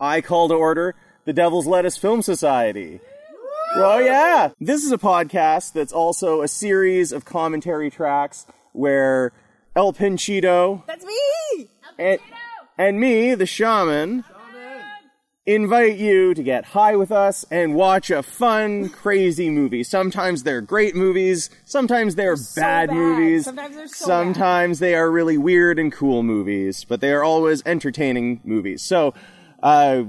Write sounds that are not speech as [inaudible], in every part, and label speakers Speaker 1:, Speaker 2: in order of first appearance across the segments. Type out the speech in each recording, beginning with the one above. Speaker 1: I call to order the Devil's Lettuce Film Society. Oh yeah, this is a podcast that's also a series of commentary tracks where El Pinchito
Speaker 2: That's me!
Speaker 1: and, and me, the shaman, invite you to get high with us and watch a fun, crazy movie. Sometimes they're great movies, sometimes they're, bad,
Speaker 2: bad.
Speaker 1: movies,
Speaker 2: Sometimes they're so
Speaker 1: sometimes they are really weird and cool movies, but they are always entertaining movies. So, uh,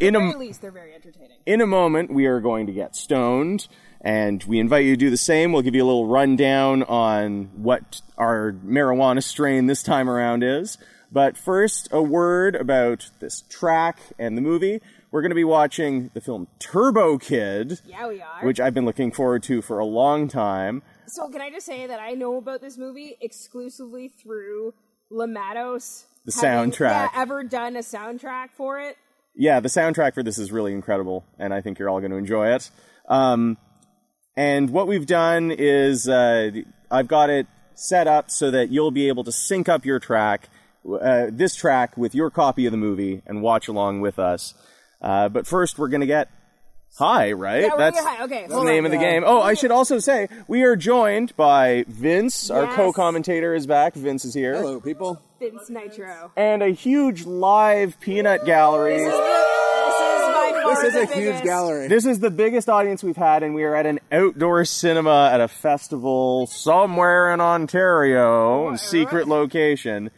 Speaker 1: in
Speaker 2: At
Speaker 1: a
Speaker 2: the very least, they're very entertaining.
Speaker 1: in a moment, we are going to get stoned, and we invite you to do the same. We'll give you a little rundown on what our marijuana strain this time around is. But first, a word about this track and the movie. We're going to be watching the film Turbo Kid,
Speaker 2: Yeah, we are.
Speaker 1: which I've been looking forward to for a long time.
Speaker 2: so, can I just say that I know about this movie exclusively through Lamatos.
Speaker 1: The
Speaker 2: having-
Speaker 1: soundtrack.
Speaker 2: Yeah, ever done a soundtrack for it?
Speaker 1: yeah, the soundtrack for this is really incredible, and I think you're all going to enjoy it. Um, and what we've done is uh, I've got it set up so that you'll be able to sync up your track, uh, this track, with your copy of the movie and watch along with us. Uh, but first, we're going to get high, right?
Speaker 2: Yeah, we're gonna
Speaker 1: That's
Speaker 2: get high. Okay,
Speaker 1: that's the
Speaker 2: hold
Speaker 1: name
Speaker 2: on.
Speaker 1: of the game. Oh, I should also say we are joined by Vince, our
Speaker 2: Yes.
Speaker 1: co-commentator, is back. Vince is here,
Speaker 3: Hello, people.
Speaker 2: Vince Nitro.
Speaker 1: and a huge live peanut gallery.
Speaker 2: This is by
Speaker 3: [laughs]
Speaker 2: far
Speaker 3: This is
Speaker 2: the
Speaker 3: a huge
Speaker 2: biggest-
Speaker 3: gallery.
Speaker 1: This is the biggest audience we've had, and we are at an outdoor cinema at a festival somewhere in Ontario, in a secret location.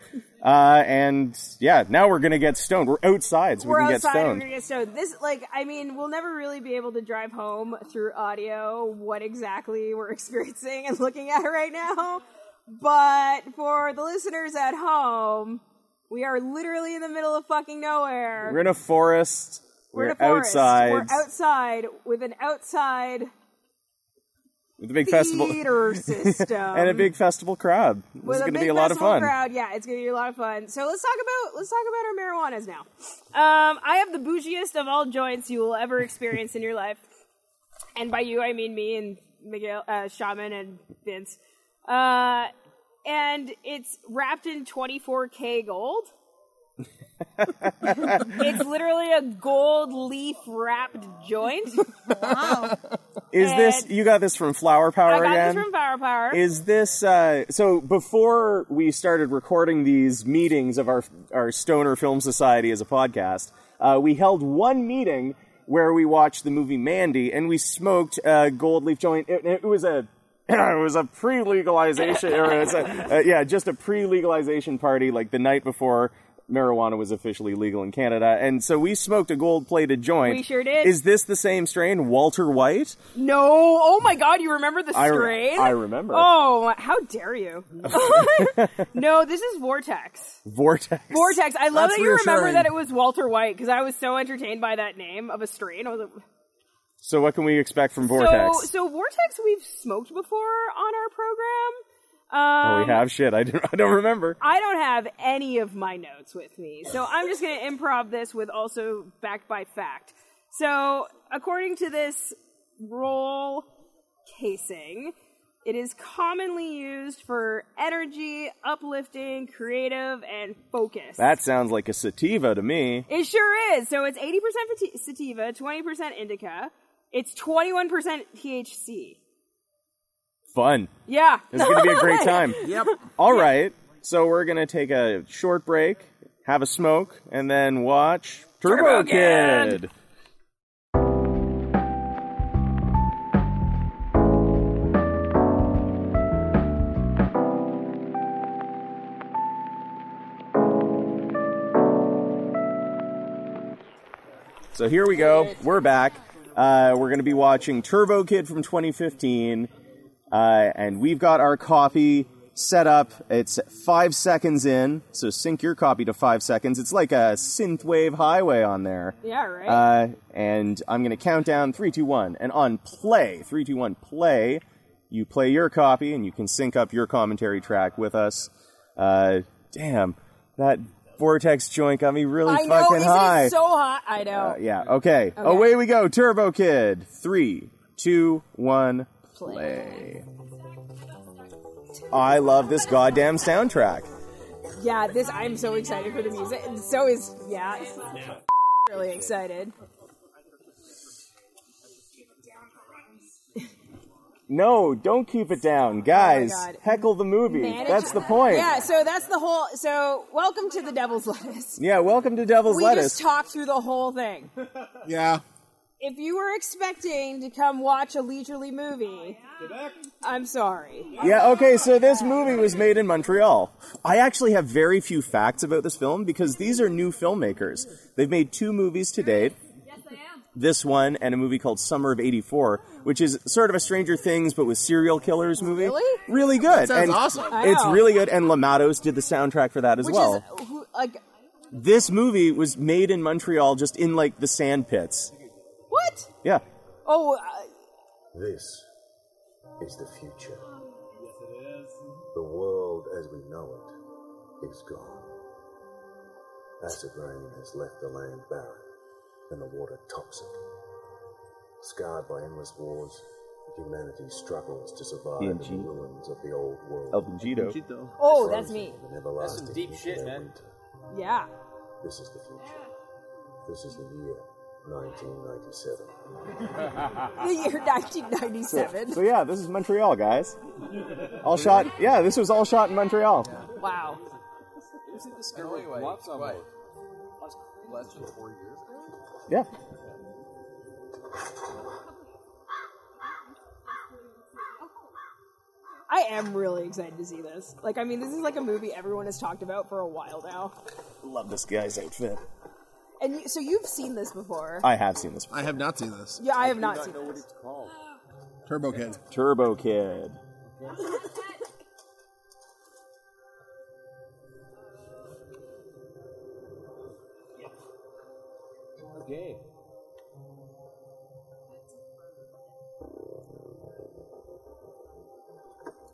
Speaker 1: Uh, and yeah, now we're gonna get stoned. We're outside, so we
Speaker 2: We're
Speaker 1: can
Speaker 2: outside.
Speaker 1: get
Speaker 2: We're
Speaker 1: stoned.
Speaker 2: gonna get stoned. This, like, I mean, we'll never really be able to drive home through audio what exactly we're [laughs] experiencing and looking at right now. But for the listeners at home, we are literally in the middle of fucking nowhere.
Speaker 1: We're in a forest.
Speaker 2: We're
Speaker 1: We're,
Speaker 2: in a forest.
Speaker 1: outside
Speaker 2: We're outside with an outside
Speaker 1: with a big festival
Speaker 2: theater system
Speaker 1: [laughs] and a big festival crowd. This
Speaker 2: um, with
Speaker 1: is
Speaker 2: a
Speaker 1: gonna
Speaker 2: big
Speaker 1: be a lot of
Speaker 2: festival
Speaker 1: fun.
Speaker 2: Crowd. Yeah, it's gonna be a lot of fun. So let's talk about let's talk about our marijuanas now. Um, I have the bougiest of all joints you will ever experience in your life, and by you I mean me and Miguel, uh, Shaman, and Vince. Uh, and it's wrapped in 24k gold.
Speaker 1: [laughs]
Speaker 2: it's literally a gold leaf wrapped joint.
Speaker 1: Is this
Speaker 2: And-
Speaker 1: you got this from Flower Power
Speaker 2: I got
Speaker 1: again?
Speaker 2: this from Power Power.
Speaker 1: is this uh, so before we started recording these meetings of our our stoner film society as a podcast uh, we held one meeting where we watched the movie mandy and we smoked a gold leaf joint it, it was a [clears throat] it was a pre-legalization or it's a, uh, yeah just a pre-legalization party like the night before marijuana was officially legal in canada and so we smoked a gold plated joint
Speaker 2: We sure did.
Speaker 1: is this the same strain walter white
Speaker 2: No. Oh my God, you remember the
Speaker 1: I re-
Speaker 2: strain?
Speaker 1: I remember.
Speaker 2: Oh, my- how
Speaker 1: [laughs]
Speaker 2: dare you? no, this is Vortex.
Speaker 1: vortex
Speaker 2: Vortex. I love
Speaker 3: That's
Speaker 2: that you remember
Speaker 3: reassuring.
Speaker 2: that it was Walter White because I was so entertained by that name of a strain. I was like,
Speaker 1: so what can we expect from vortex
Speaker 2: So, so Vortex, we've smoked before on our program. Um,
Speaker 1: Oh, we have shit. I [laughs] don't, I don't remember.
Speaker 2: I don't have any of my notes with me, so I'm just going to improv this with also backed by fact. So, according to this roll casing, it is commonly used for energy, uplifting, creative, and focus.
Speaker 1: That sounds like a sativa to me.
Speaker 2: it sure is. So, it's 80% fati- sativa, 20% indica, it's 21% THC.
Speaker 1: Fun.
Speaker 2: Yeah.
Speaker 1: It's going to be a great time.
Speaker 3: Yep.
Speaker 1: All right. So we're going to take a short break, have a smoke, and then watch Turbo,
Speaker 2: Turbo
Speaker 1: Kid.
Speaker 2: Kid.
Speaker 1: So here we go. We're back. Uh, we're going to be watching Turbo Kid from 2015. Uh, and we've got our copy set up. It's five seconds in, so sync your copy to five seconds. It's like a synthwave highway on there.
Speaker 2: [laughs] Yeah, right?
Speaker 1: Uh, and I'm going to count down three, two, one, and on play, three, two, one, play. You play your copy, and you can sync up your commentary track with us. Uh, damn, that vortex joint got me really
Speaker 2: I know,
Speaker 1: fucking
Speaker 2: isn't
Speaker 1: high. Uh,
Speaker 2: it so hot? I know.
Speaker 1: yeah. Okay. Away we go, Turbo Kid. Three, two, one, play. I love this goddamn soundtrack.
Speaker 2: Yeah, this I'm so excited for the music. And so is yeah. really excited.
Speaker 1: No, don't keep it down, guys.
Speaker 2: Oh God.
Speaker 1: heckle the movie.
Speaker 2: Manage-
Speaker 1: That's the point.
Speaker 2: Yeah, so that's the whole. So, welcome to the Devil's Lettuce.
Speaker 1: Yeah, welcome to Devil's
Speaker 2: We
Speaker 1: Lettuce.
Speaker 2: just talked through the whole thing.
Speaker 3: [laughs] Yeah.
Speaker 2: If you were expecting to come watch a leisurely movie, I'm sorry.
Speaker 1: yeah, okay, so this movie was made in Montreal. I actually have very few facts about this film because these are new filmmakers. They've made two movies to date. This one and a movie called Summer of '84, which is sort of a Stranger Things but with serial killers movie.
Speaker 2: Really?
Speaker 1: Really good.
Speaker 3: sounds
Speaker 1: and
Speaker 3: awesome.
Speaker 2: I
Speaker 1: It's
Speaker 2: know.
Speaker 1: really good, and Lamatos did the soundtrack for that as
Speaker 2: Which
Speaker 1: well.
Speaker 2: is who- like
Speaker 1: This movie was made in Montreal, just in like the sand pits.
Speaker 2: what?
Speaker 1: Yeah.
Speaker 2: Oh, uh,
Speaker 4: This is the future. Yes, it is. The world as we know it is gone. Acid rain has left the land barren and the water toxic. Scarred by endless wars, humanity struggles to survive in
Speaker 1: PNG.
Speaker 4: the ruins of the old world.
Speaker 1: El Pingito.
Speaker 2: oh, that's me.
Speaker 4: Frozen in an everlasting
Speaker 5: deep shit,
Speaker 4: nuclear
Speaker 5: man.
Speaker 4: winter.
Speaker 2: Yeah. [laughs]
Speaker 4: This is the future. This is the year
Speaker 2: [laughs]
Speaker 4: 1997.
Speaker 2: The year 1997.
Speaker 1: So yeah, this is Montreal, guys. All shot. Yeah, this was all shot in Montreal.
Speaker 2: Wow.
Speaker 5: Anyway, what's up?
Speaker 3: Less than four years.
Speaker 1: Yeah.
Speaker 2: I am really excited to see this. Like, I mean, this is like a movie everyone has talked about for a while now.
Speaker 1: Love this guy's outfit.
Speaker 2: And you, so you've seen this before.
Speaker 1: I have seen this.
Speaker 3: I have not seen this.
Speaker 2: yeah, I have not seen this.
Speaker 3: Turbo Kid.
Speaker 1: Turbo Kid.
Speaker 5: Okay.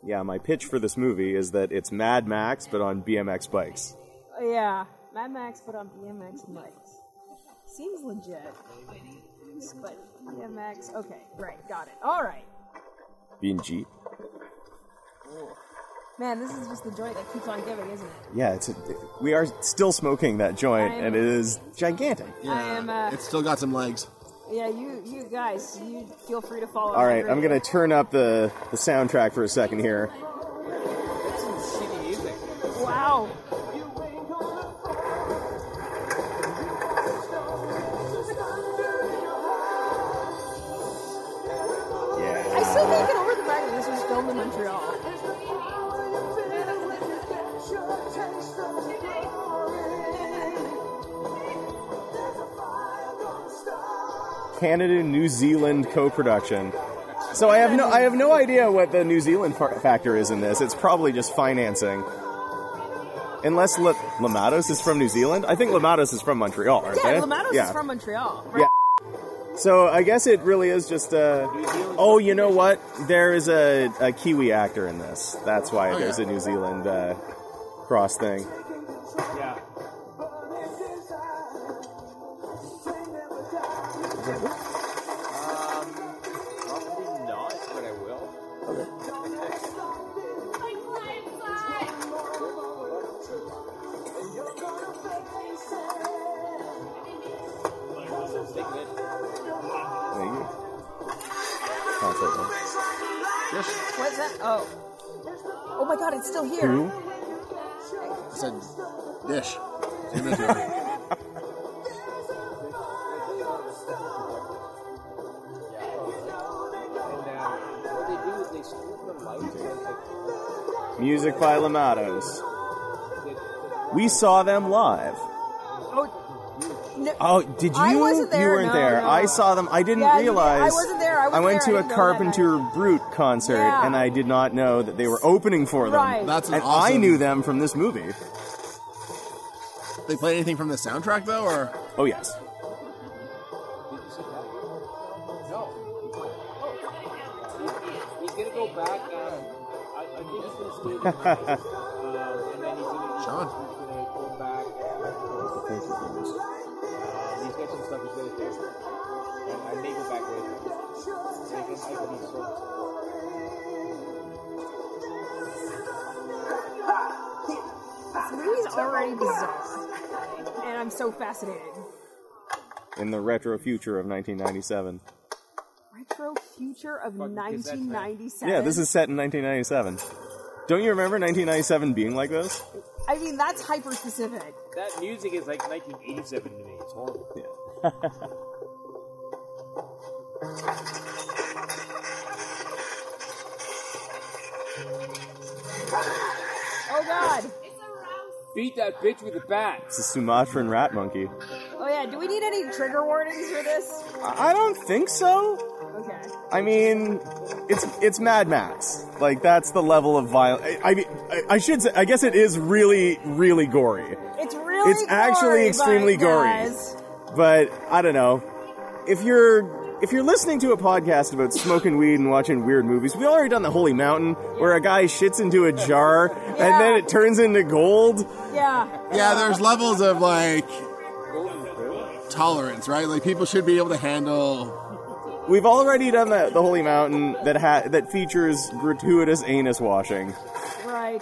Speaker 1: Yeah, my pitch for this movie is that it's Mad Max but on BMX bikes.
Speaker 2: Uh, Yeah. Mad Max put on BMX mics. Seems legit. But BMX, okay, right, got it. All right.
Speaker 1: Being Jeep.
Speaker 2: Man, this is just the joint that keeps on giving, isn't it?
Speaker 1: Yeah, it's we are still smoking that joint, and it is gigantic.
Speaker 2: I am, uh,
Speaker 3: It's still got some legs.
Speaker 2: Yeah, you you guys, you feel free to follow.
Speaker 1: All right, I'm gonna turn up the the soundtrack for a second here.
Speaker 5: Shitty music.
Speaker 2: Wow.
Speaker 1: Yeah.
Speaker 2: I still can't get over the fact that this was filmed in Montreal.
Speaker 1: Canada New Zealand co-production. So I have no I have no idea what the New Zealand fa- factor is in this. It's probably just financing. Unless La- Lamatos is from New Zealand, I think Lamatos is from Montreal, aren't
Speaker 2: Yeah,
Speaker 1: they?
Speaker 2: Lamatos is from Montreal. Right?
Speaker 1: So I guess it really is just a. Oh, you know what? There is a, a Kiwi actor in this. That's why
Speaker 2: Oh,
Speaker 1: there's a New Zealand uh, cross thing.
Speaker 5: Yeah. Um, probably not, but I will.
Speaker 1: Thank you. Concert one.
Speaker 2: What's that? Oh. Oh my God, it's still here.
Speaker 1: Who?
Speaker 3: I said dish. Same as yours.
Speaker 5: And uh, what they do is they split the lights.
Speaker 1: Music by Lamatos. We saw them live.
Speaker 2: Oh. No.
Speaker 1: Oh, did you?
Speaker 2: I wasn't
Speaker 1: You
Speaker 2: there,
Speaker 1: weren't
Speaker 2: no,
Speaker 1: there.
Speaker 2: no.
Speaker 1: I saw them. I didn't
Speaker 2: Yeah, you didn't-
Speaker 1: realize.
Speaker 2: I wasn't there, I wasn't
Speaker 1: went
Speaker 2: there, I
Speaker 1: to
Speaker 2: didn't
Speaker 1: a
Speaker 2: go that night.
Speaker 1: Carpenter Brute concert,
Speaker 2: Yeah.
Speaker 1: and I did not know that they were opening for them.
Speaker 2: Right.
Speaker 3: That's an
Speaker 1: And
Speaker 3: awesome.
Speaker 1: I knew them from this movie.
Speaker 3: [laughs] They play anything from the soundtrack though, or
Speaker 1: Oh yes.
Speaker 5: He's gonna go back. Um, I, I think he's gonna stay the night, um, and then he's gonna,
Speaker 3: Sean?
Speaker 5: he's gonna go back. Um, he's got some stuff he's gonna do. And I may go back with him. And I guess I could be sort of-
Speaker 2: This movie's already bizarre, and I'm so fascinated.
Speaker 1: in the retro future of 1997.
Speaker 2: Retro future of
Speaker 5: Fucking Gazette, man.
Speaker 2: 1997.
Speaker 1: Yeah, this is set in 1997. Don't you remember 1997 being like this?
Speaker 2: I mean, that's hyper specific.
Speaker 5: That music is like 1987 to me. It's horrible.
Speaker 1: Yeah.
Speaker 2: Oh god.
Speaker 5: Beat that bitch with a bat.
Speaker 1: It's a Sumatran rat monkey.
Speaker 2: Oh yeah. Do we need any trigger warnings for this?
Speaker 1: I I don't think so.
Speaker 2: Okay.
Speaker 1: I mean, it's it's Mad Max. Like that's the level of violence. I, I mean, I, I should say. I guess it is really, really gory.
Speaker 2: It's really.
Speaker 1: It's actually
Speaker 2: gory,
Speaker 1: extremely
Speaker 2: but,
Speaker 1: gory.
Speaker 2: guys,
Speaker 1: But I don't know. If you're if you're listening to a podcast about smoking weed and watching weird movies, we already done the Holy Mountain, where a guy shits into a jar and then it turns into gold.
Speaker 2: Yeah.
Speaker 3: Yeah, there's levels of like
Speaker 5: Golden Girl.
Speaker 3: tolerance, right? Like people should be able to handle.
Speaker 1: We've already done the, the Holy Mountain that ha- that features gratuitous anus washing.
Speaker 2: Right.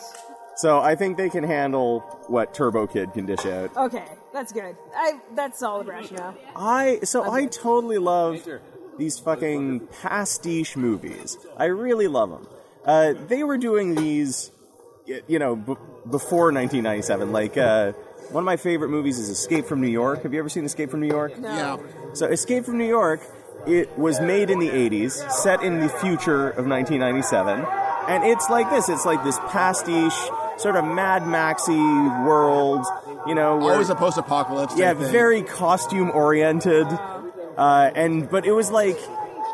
Speaker 1: So I think they can handle what Turbo Kid can dish out.
Speaker 2: Okay. That's good. I. That's solid rationale.
Speaker 1: I so I totally love
Speaker 5: Sure.
Speaker 1: these fucking pastiche movies. I really love them. Uh, they were doing these, y- you know, b- before 1997. Like uh, one of my favorite movies is Escape from New York. Have you ever seen Escape from New York?
Speaker 2: No.
Speaker 3: Yeah,
Speaker 1: So Escape from New York, it was made in the 80s, set in the future of 1997, and it's like this. It's like this pastiche, sort of Mad Maxy world, you know, where
Speaker 3: always a post-apocalypse.
Speaker 1: yeah,
Speaker 3: type thing.
Speaker 1: very costume oriented, uh, and but it was like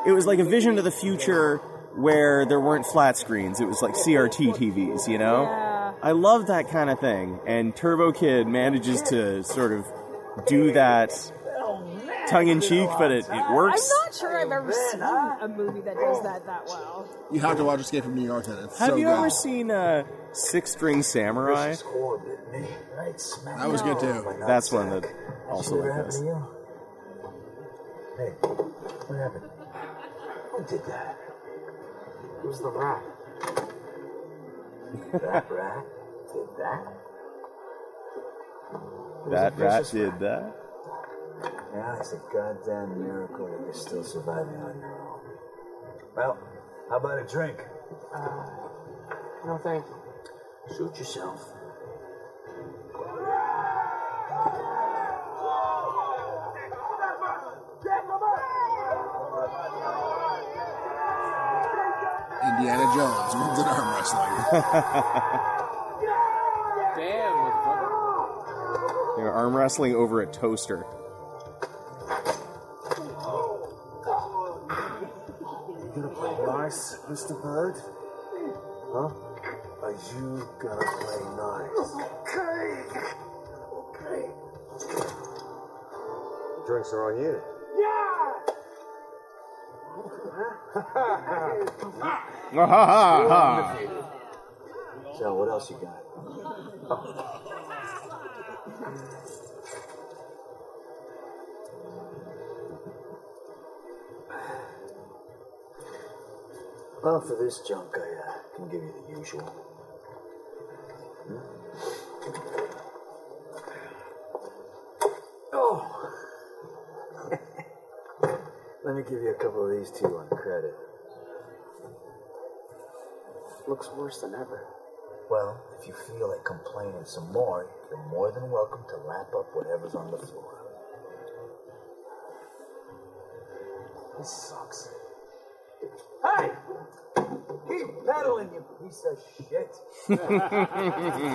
Speaker 1: it was like a vision of the future where there weren't flat screens. It was like CRT TVs, you know.
Speaker 2: Yeah.
Speaker 1: I love that kind of thing, and Turbo Kid manages to sort of do that
Speaker 2: Oh,
Speaker 1: tongue in cheek, but it, it
Speaker 2: I'm
Speaker 1: works.
Speaker 2: not sure I've ever seen a movie that does that that
Speaker 1: [laughs]
Speaker 2: well.
Speaker 3: You have to watch Escape from New York. Then it's
Speaker 1: Have
Speaker 3: so
Speaker 1: you
Speaker 3: good.
Speaker 1: ever seen uh, Six String Samurai?
Speaker 4: This is horrible at me, right smack
Speaker 3: That was good too.
Speaker 4: in my
Speaker 1: That's one
Speaker 4: nutsack.
Speaker 1: that also
Speaker 4: Shit
Speaker 1: like
Speaker 4: happened
Speaker 1: this.
Speaker 4: to you? Hey, what happened? Who did that?
Speaker 6: It was the rat.
Speaker 4: That rat did that?
Speaker 1: That rat did that.
Speaker 4: Now it's a goddamn miracle that you're still surviving on your own. Well, how about a drink?
Speaker 6: Uh, No, thank you.
Speaker 4: Shoot yourself.
Speaker 3: Indiana Jones runs an arm wrestling.
Speaker 5: Damn, motherfucker.
Speaker 1: They were arm wrestling over a toaster. [laughs]
Speaker 4: You gonna play nice, Mr. Bird? Huh? Are you gonna play nice? Okay. Okay. Drinks are on you.
Speaker 1: Ah, ha, ha, ha.
Speaker 4: So what else you got? Well, for this junk, I uh, can give you the usual. Hmm? Oh! [laughs] Let me give you a couple of these two on credit.
Speaker 6: Looks worse than ever.
Speaker 4: Well, if you feel like complaining some more, you're more than welcome to lap up whatever's on the floor. This sucks. Hey! Keep pedaling, you piece of shit! Unbelievable.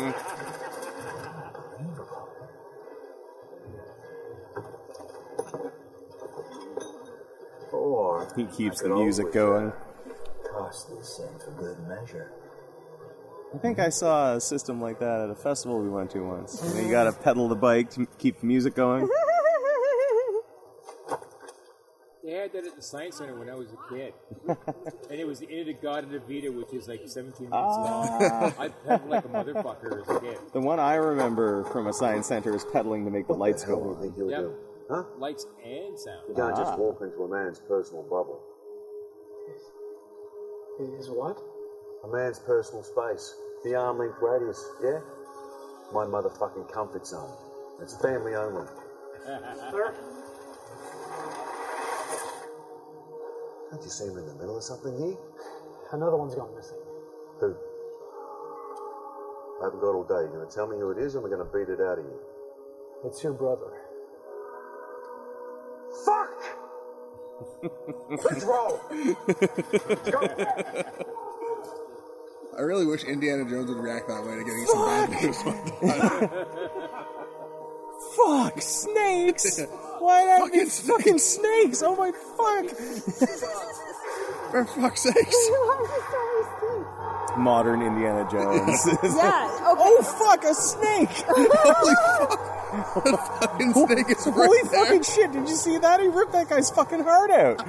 Speaker 4: Or
Speaker 1: He keeps
Speaker 4: I
Speaker 1: the
Speaker 4: could
Speaker 1: music
Speaker 4: always,
Speaker 1: going.
Speaker 4: uh, Toss this in for good measure.
Speaker 1: I think I saw a system like that at a festival we went to once. You, know, you gotta pedal the bike to m- keep the music going.
Speaker 5: They had that at the Science Center when I was a [laughs] kid. and it was the end of God and the Vita, which is like 17 minutes long. I felt like a motherfucker as a kid.
Speaker 1: The one I remember from a science center is pedaling to make the lights go on.
Speaker 7: think he'll
Speaker 5: Yeah.
Speaker 7: do? Huh?
Speaker 5: Lights and sound.
Speaker 7: You can't
Speaker 1: Ah.
Speaker 7: just walk into a man's personal bubble.
Speaker 6: It is what?
Speaker 7: A man's personal space. The arm length radius, yeah? My motherfucking comfort zone. It's family only.
Speaker 6: Sir?
Speaker 4: Can't you see we're in the middle of something here?
Speaker 6: Another one's gone missing.
Speaker 4: Who? I haven't got all day. You're going to tell me who it is, and we're going to beat it out of you.
Speaker 6: It's your brother.
Speaker 3: Fuck! Let's roll!
Speaker 8: I really wish Indiana Jones would react that way to getting some bad news.
Speaker 3: [laughs]
Speaker 1: Fuck snakes! [laughs] Why did I
Speaker 8: Fucking
Speaker 1: be fucking snakes? Oh my fuck!
Speaker 8: For fuck's sakes.
Speaker 1: Modern Indiana Jones.
Speaker 2: Yeah. Okay.
Speaker 1: oh [laughs] fuck, a [laughs] snake!
Speaker 8: Holy fuck. The fucking snake is right
Speaker 1: Holy
Speaker 8: there. [laughs]
Speaker 1: fucking shit! Did you see that? He ripped that guy's fucking heart out.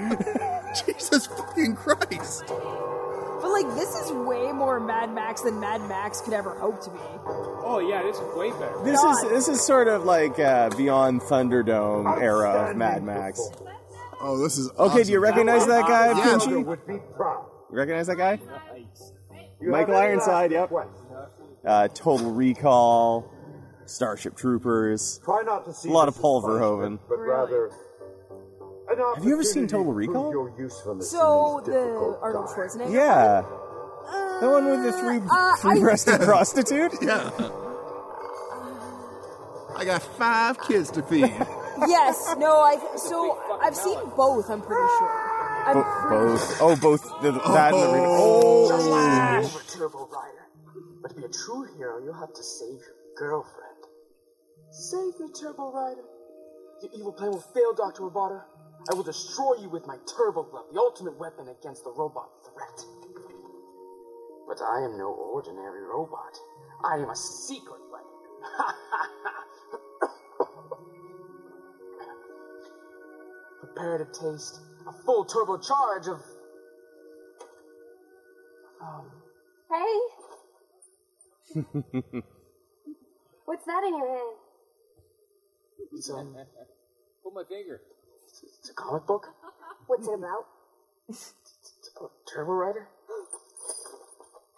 Speaker 8: Jesus fucking Christ.
Speaker 2: But like, this is way more Mad Max than Mad Max could ever hope to be.
Speaker 5: Oh yeah, this is way better.
Speaker 1: This
Speaker 2: God.
Speaker 1: is this is sort of like uh, beyond Thunderdome era of Mad Max.
Speaker 8: Oh, this is
Speaker 1: Okay, do you
Speaker 8: awesome.
Speaker 1: recognize that guy,
Speaker 8: Yeah.
Speaker 1: Pinchy?
Speaker 3: would be proud.
Speaker 1: Recognize that guy?
Speaker 5: Nice.
Speaker 3: You
Speaker 1: Michael
Speaker 3: have any
Speaker 1: Ironside, yep.
Speaker 3: requests?
Speaker 1: Uh, Total Recall, Starship Troopers.
Speaker 3: Try not to see
Speaker 1: A lot
Speaker 3: this
Speaker 1: of Paul
Speaker 3: as punishment,
Speaker 1: Verhoeven.
Speaker 3: But
Speaker 2: Really?
Speaker 3: rather, an
Speaker 1: Have you ever seen
Speaker 3: opportunity
Speaker 1: Total
Speaker 3: to prove
Speaker 1: Recall?
Speaker 3: your usefulness
Speaker 2: So
Speaker 3: in these
Speaker 2: the
Speaker 3: difficult
Speaker 2: Arnold
Speaker 3: times.
Speaker 2: Schwarzenegger.
Speaker 1: Yeah,
Speaker 2: Uh,
Speaker 1: the one with the three
Speaker 2: uh, I-
Speaker 1: three
Speaker 2: [laughs]
Speaker 1: breasted prostitute.
Speaker 8: Yeah. I got five kids to feed.
Speaker 2: yes. No. I. So I've seen both. I'm pretty sure. I'm
Speaker 1: Bo- both. Oh, both the, [laughs] that and the. Re- oh,
Speaker 6: Over Turbo Rider. But to be a true hero, you'll have to save your girlfriend. Save me, Turbo Rider. Your evil plan will fail, Dr. Roboto. I will destroy you with my Turbo Glove, the ultimate weapon against the robot threat. But I am no ordinary robot. I am a secret weapon. [laughs] Prepare to taste a full turbo charge of. Um,
Speaker 9: Hey. What's that in your hand?
Speaker 6: it's, um,
Speaker 5: Hold my finger.
Speaker 6: It's a comic book?
Speaker 9: What's it about?
Speaker 6: It's about [laughs] Turbo Rider?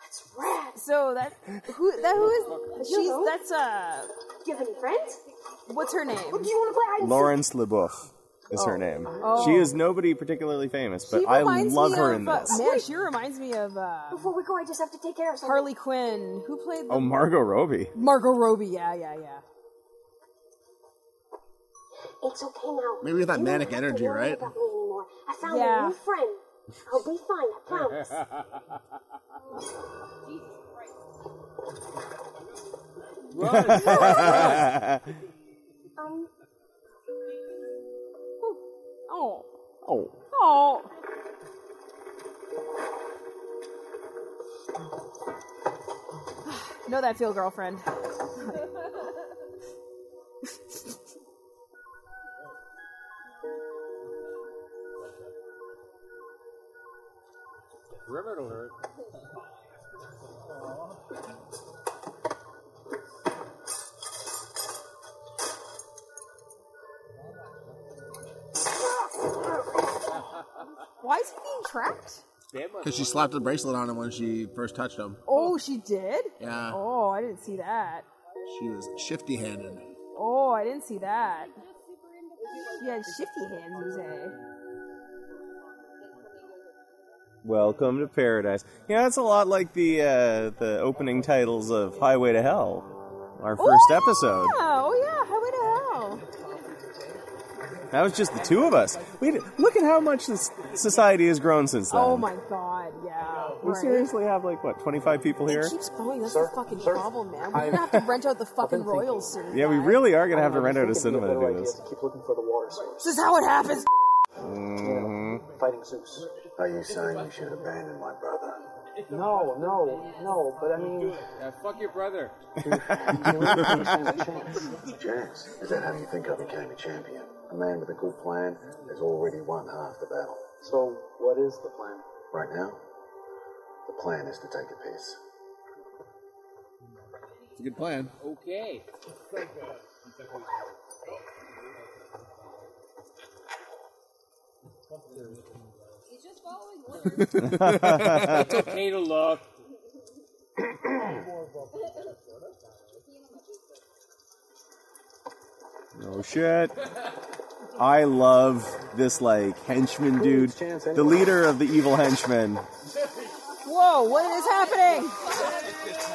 Speaker 9: That's rad.
Speaker 2: So that who that who is she's that's uh
Speaker 9: Do you have any friends?
Speaker 2: what's her name?
Speaker 9: Do you want to play hide and
Speaker 1: Lawrence LeBouf is her name.
Speaker 2: Oh.
Speaker 1: She is nobody particularly famous, but
Speaker 2: She
Speaker 1: I
Speaker 2: reminds
Speaker 1: love
Speaker 2: me
Speaker 1: her
Speaker 2: of,
Speaker 1: in
Speaker 2: uh,
Speaker 1: this.
Speaker 2: Man, she reminds me of uh,
Speaker 9: seek? Before we go, I just have to take care of something.
Speaker 2: Harley Quinn, who played
Speaker 1: Oh, Margot Robbie.
Speaker 2: Margot Robbie. Yeah, yeah, yeah.
Speaker 9: It's okay now.
Speaker 8: Maybe with that
Speaker 9: You don't
Speaker 8: manic
Speaker 9: have to
Speaker 8: energy,
Speaker 9: worry
Speaker 8: right?
Speaker 9: about me anymore. I found
Speaker 2: Yeah.
Speaker 9: a new friend. I'll be fine, I
Speaker 8: [laughs]
Speaker 9: promise. um,
Speaker 2: Oh,
Speaker 1: Oh,
Speaker 2: oh. [sighs] know that feel, girlfriend.
Speaker 5: Remember alert.
Speaker 2: Why is he being tracked?
Speaker 5: Damn, my
Speaker 8: Because she slapped the bracelet on him when she first touched him.
Speaker 2: Oh, she did.
Speaker 8: Yeah.
Speaker 2: Oh, I didn't see that.
Speaker 8: She was shifty handed.
Speaker 2: Oh, I didn't see that. She had shifty hands, you say.
Speaker 1: welcome to paradise. Yeah, that's a lot like the uh, the opening titles of Highway to Hell, our first
Speaker 2: Oh,
Speaker 1: episode.
Speaker 2: Yeah. Oh yeah, highway to hell.
Speaker 1: That was just the two of us. We d- look at how much this society has grown since then.
Speaker 2: Oh my god, yeah.
Speaker 1: We
Speaker 2: Right.
Speaker 1: seriously have like what twenty five people here.
Speaker 2: It keeps growing. That's
Speaker 3: Sir,
Speaker 2: the fucking
Speaker 3: sir,
Speaker 2: problem, man. We're gonna have to rent [laughs] out the fucking Royals soon.
Speaker 1: Yeah, we
Speaker 2: guys.
Speaker 1: really are gonna have to
Speaker 6: I'm
Speaker 1: rent out a
Speaker 6: thinking
Speaker 1: cinema
Speaker 6: it'd be
Speaker 1: to
Speaker 6: better
Speaker 1: do
Speaker 6: idea
Speaker 1: this.
Speaker 6: to keep looking for the water source.
Speaker 2: This is how it happens.
Speaker 1: Mm-hmm.
Speaker 6: Fighting Zeus.
Speaker 4: Are you saying you should abandon my brother?
Speaker 6: No, no, no, but I mean,
Speaker 5: Yeah, fuck your brother.
Speaker 6: you really don't stand a [laughs] chance.
Speaker 4: Chance? Is that how you think I became a champion? A man with a good plan has already won half the battle.
Speaker 6: So, what is the plan?
Speaker 4: Right now, the plan is to take a piss.
Speaker 8: It's a good plan.
Speaker 5: Okay. It's okay to look.
Speaker 1: No shit. I love this like henchman dude, the leader of the evil henchmen.
Speaker 2: Whoa, what is happening?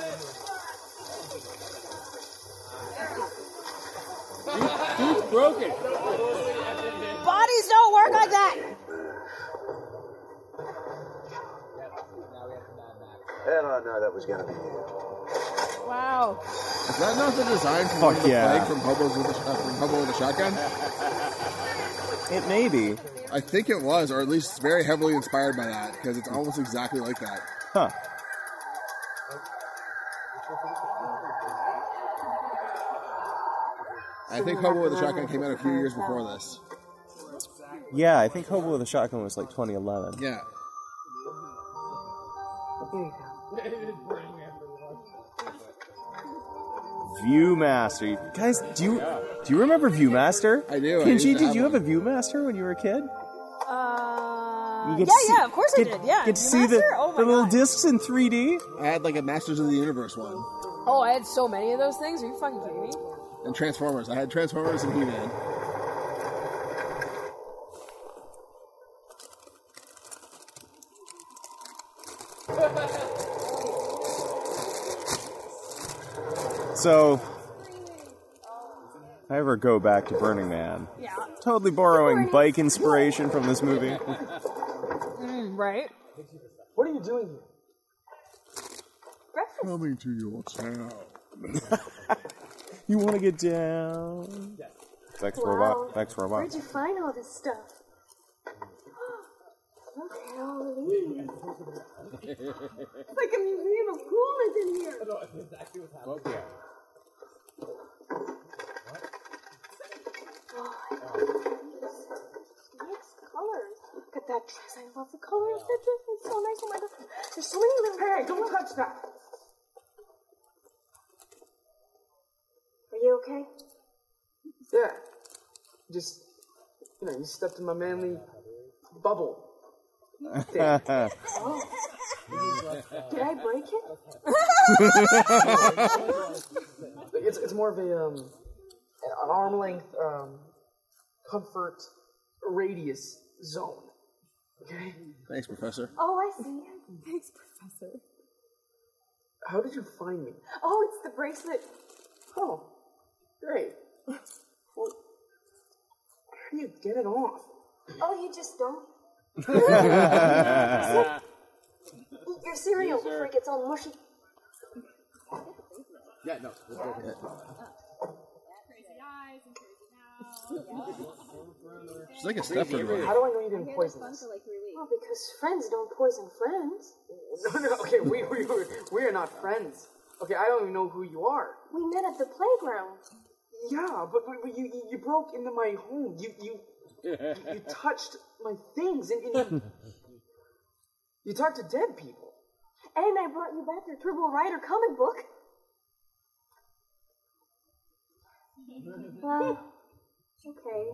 Speaker 5: Dude's broken.
Speaker 2: Bodies don't work like that.
Speaker 4: Hell, I know that was gonna be you.
Speaker 2: Wow.
Speaker 8: Is that not the design from
Speaker 1: Fuck
Speaker 8: the
Speaker 1: yeah.
Speaker 8: plague from Hobos with a, sh- uh, from Hobo with a Shotgun?
Speaker 1: It may be,
Speaker 8: I think it was, or at least very heavily inspired by that, because it's almost exactly like that.
Speaker 1: huh?
Speaker 8: I think Hobo with a Shotgun came out a few years before this.
Speaker 1: Yeah, I think Hobo with a Shotgun was like 2011.
Speaker 8: Yeah.
Speaker 1: Viewmaster, you guys, do you do you remember Viewmaster?
Speaker 8: I do, I used
Speaker 1: Kenji,
Speaker 8: to
Speaker 1: did
Speaker 8: have
Speaker 1: you have a
Speaker 8: one.
Speaker 1: Viewmaster when you were a kid?
Speaker 2: Uh,
Speaker 1: You
Speaker 2: yeah,
Speaker 1: get to see-
Speaker 2: yeah, of course
Speaker 1: get,
Speaker 2: I did. Yeah,
Speaker 1: get to see the,
Speaker 2: Master? oh my
Speaker 1: the little
Speaker 2: God.
Speaker 1: discs in 3D.
Speaker 8: I had like a Masters of the Universe one.
Speaker 2: Oh, I had so many of those things. Are you fucking kidding me?
Speaker 8: And Transformers. I had Transformers and He Man.
Speaker 1: So, if I ever go back to Burning Man,
Speaker 2: Yeah,
Speaker 1: totally borrowing bike inspiration from this movie.
Speaker 2: right.
Speaker 6: What are you doing here?
Speaker 8: Coming to your town.
Speaker 1: You want to get down? Sex robot. Sex
Speaker 9: Where'd
Speaker 1: robot.
Speaker 9: you find all this stuff? [gasps] Look at all these. it's like a museum of coolness in here.
Speaker 5: Fuck yeah.
Speaker 9: Oh, Nice colors. Look at that dress. I love the color of the dress. It's so nice. Oh my god. There's so many little.
Speaker 6: Hey, don't touch that.
Speaker 9: Are you okay?
Speaker 6: Yeah. Just, you know, you stepped in my manly bubble.
Speaker 1: [laughs]
Speaker 9: Did I break it?
Speaker 6: It's, it's more of a um, an arm length um, comfort radius zone. Okay.
Speaker 8: Thanks, Professor.
Speaker 9: Oh, I see.
Speaker 2: Thanks, Professor.
Speaker 6: How did you find me?
Speaker 9: Oh, it's the bracelet.
Speaker 6: Oh, great. Well, how do you get it off?
Speaker 9: Oh, you just don't. Eat your cereal before it gets all mushy.
Speaker 5: Yeah, no. we're broken.
Speaker 8: She's like a Stepford
Speaker 6: How
Speaker 8: one.
Speaker 6: do I know you didn't poison us?
Speaker 9: Well, because friends don't poison friends.
Speaker 6: [laughs] No, no. Okay, we we we- we are not friends. Okay, I don't even know who you are.
Speaker 9: We met at the playground.
Speaker 6: Yeah, but, but, but you you- you broke into my home. You you you, [laughs] you touched my things and, and you, you talked to dead people.
Speaker 9: And I brought you back your Turbo Rider comic book. Well, okay.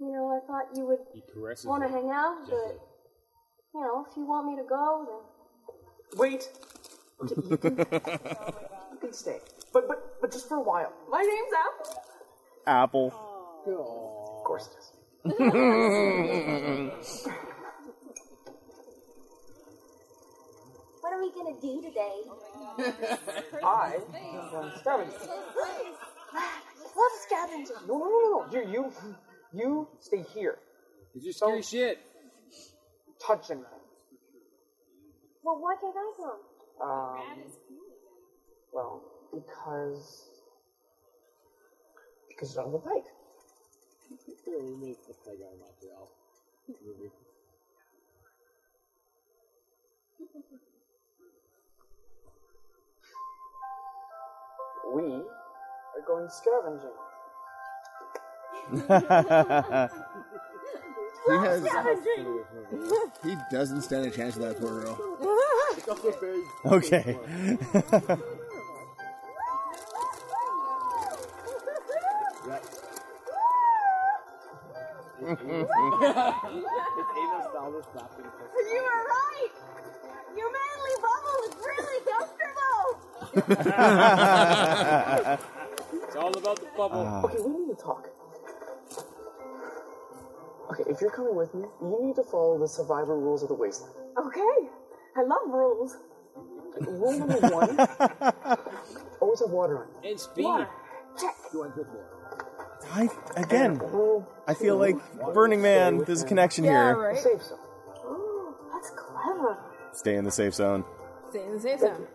Speaker 9: You know, I thought you would
Speaker 5: He caresses
Speaker 9: want to
Speaker 5: her.
Speaker 9: hang out, but you know, if you want me to go, then
Speaker 6: Wait. Okay, you [laughs] can, you can stay. But but but just for a while.
Speaker 9: my name's Apple.
Speaker 1: Apple.
Speaker 6: Of course it is.
Speaker 9: What are we gonna do today? [laughs]
Speaker 6: I am going scavenger.
Speaker 9: Love scavenging.
Speaker 6: No no no no. You you you stay here.
Speaker 5: Did you scary shit?
Speaker 6: Touching.
Speaker 9: Well, why can't I come?
Speaker 6: Um, well, because because you're on the bike. We are going scavenging.
Speaker 8: He has. He doesn't stand a chance with that poor girl.
Speaker 2: Oh.
Speaker 1: Okay. [laughs]
Speaker 9: You were right. Your manly bubble is really comfortable.
Speaker 5: It's all about the bubble.
Speaker 10: Uh,
Speaker 6: Okay, we need to talk. Okay, if you're coming with me, you need to follow the survivor rules of the wasteland.
Speaker 9: Okay. I love rules.
Speaker 6: Rule number one: always have water on.
Speaker 5: And speed.
Speaker 9: Water. Check.
Speaker 5: You want good more.
Speaker 1: I again,
Speaker 6: you. Rule
Speaker 1: I feel
Speaker 6: two,
Speaker 1: like Burning Man. There's a connection
Speaker 2: [laughs] Yeah,
Speaker 1: here.
Speaker 2: right.
Speaker 6: safe zone.
Speaker 9: Ooh, that's clever.
Speaker 1: Stay in the safe zone.
Speaker 2: Stay in the safe zone.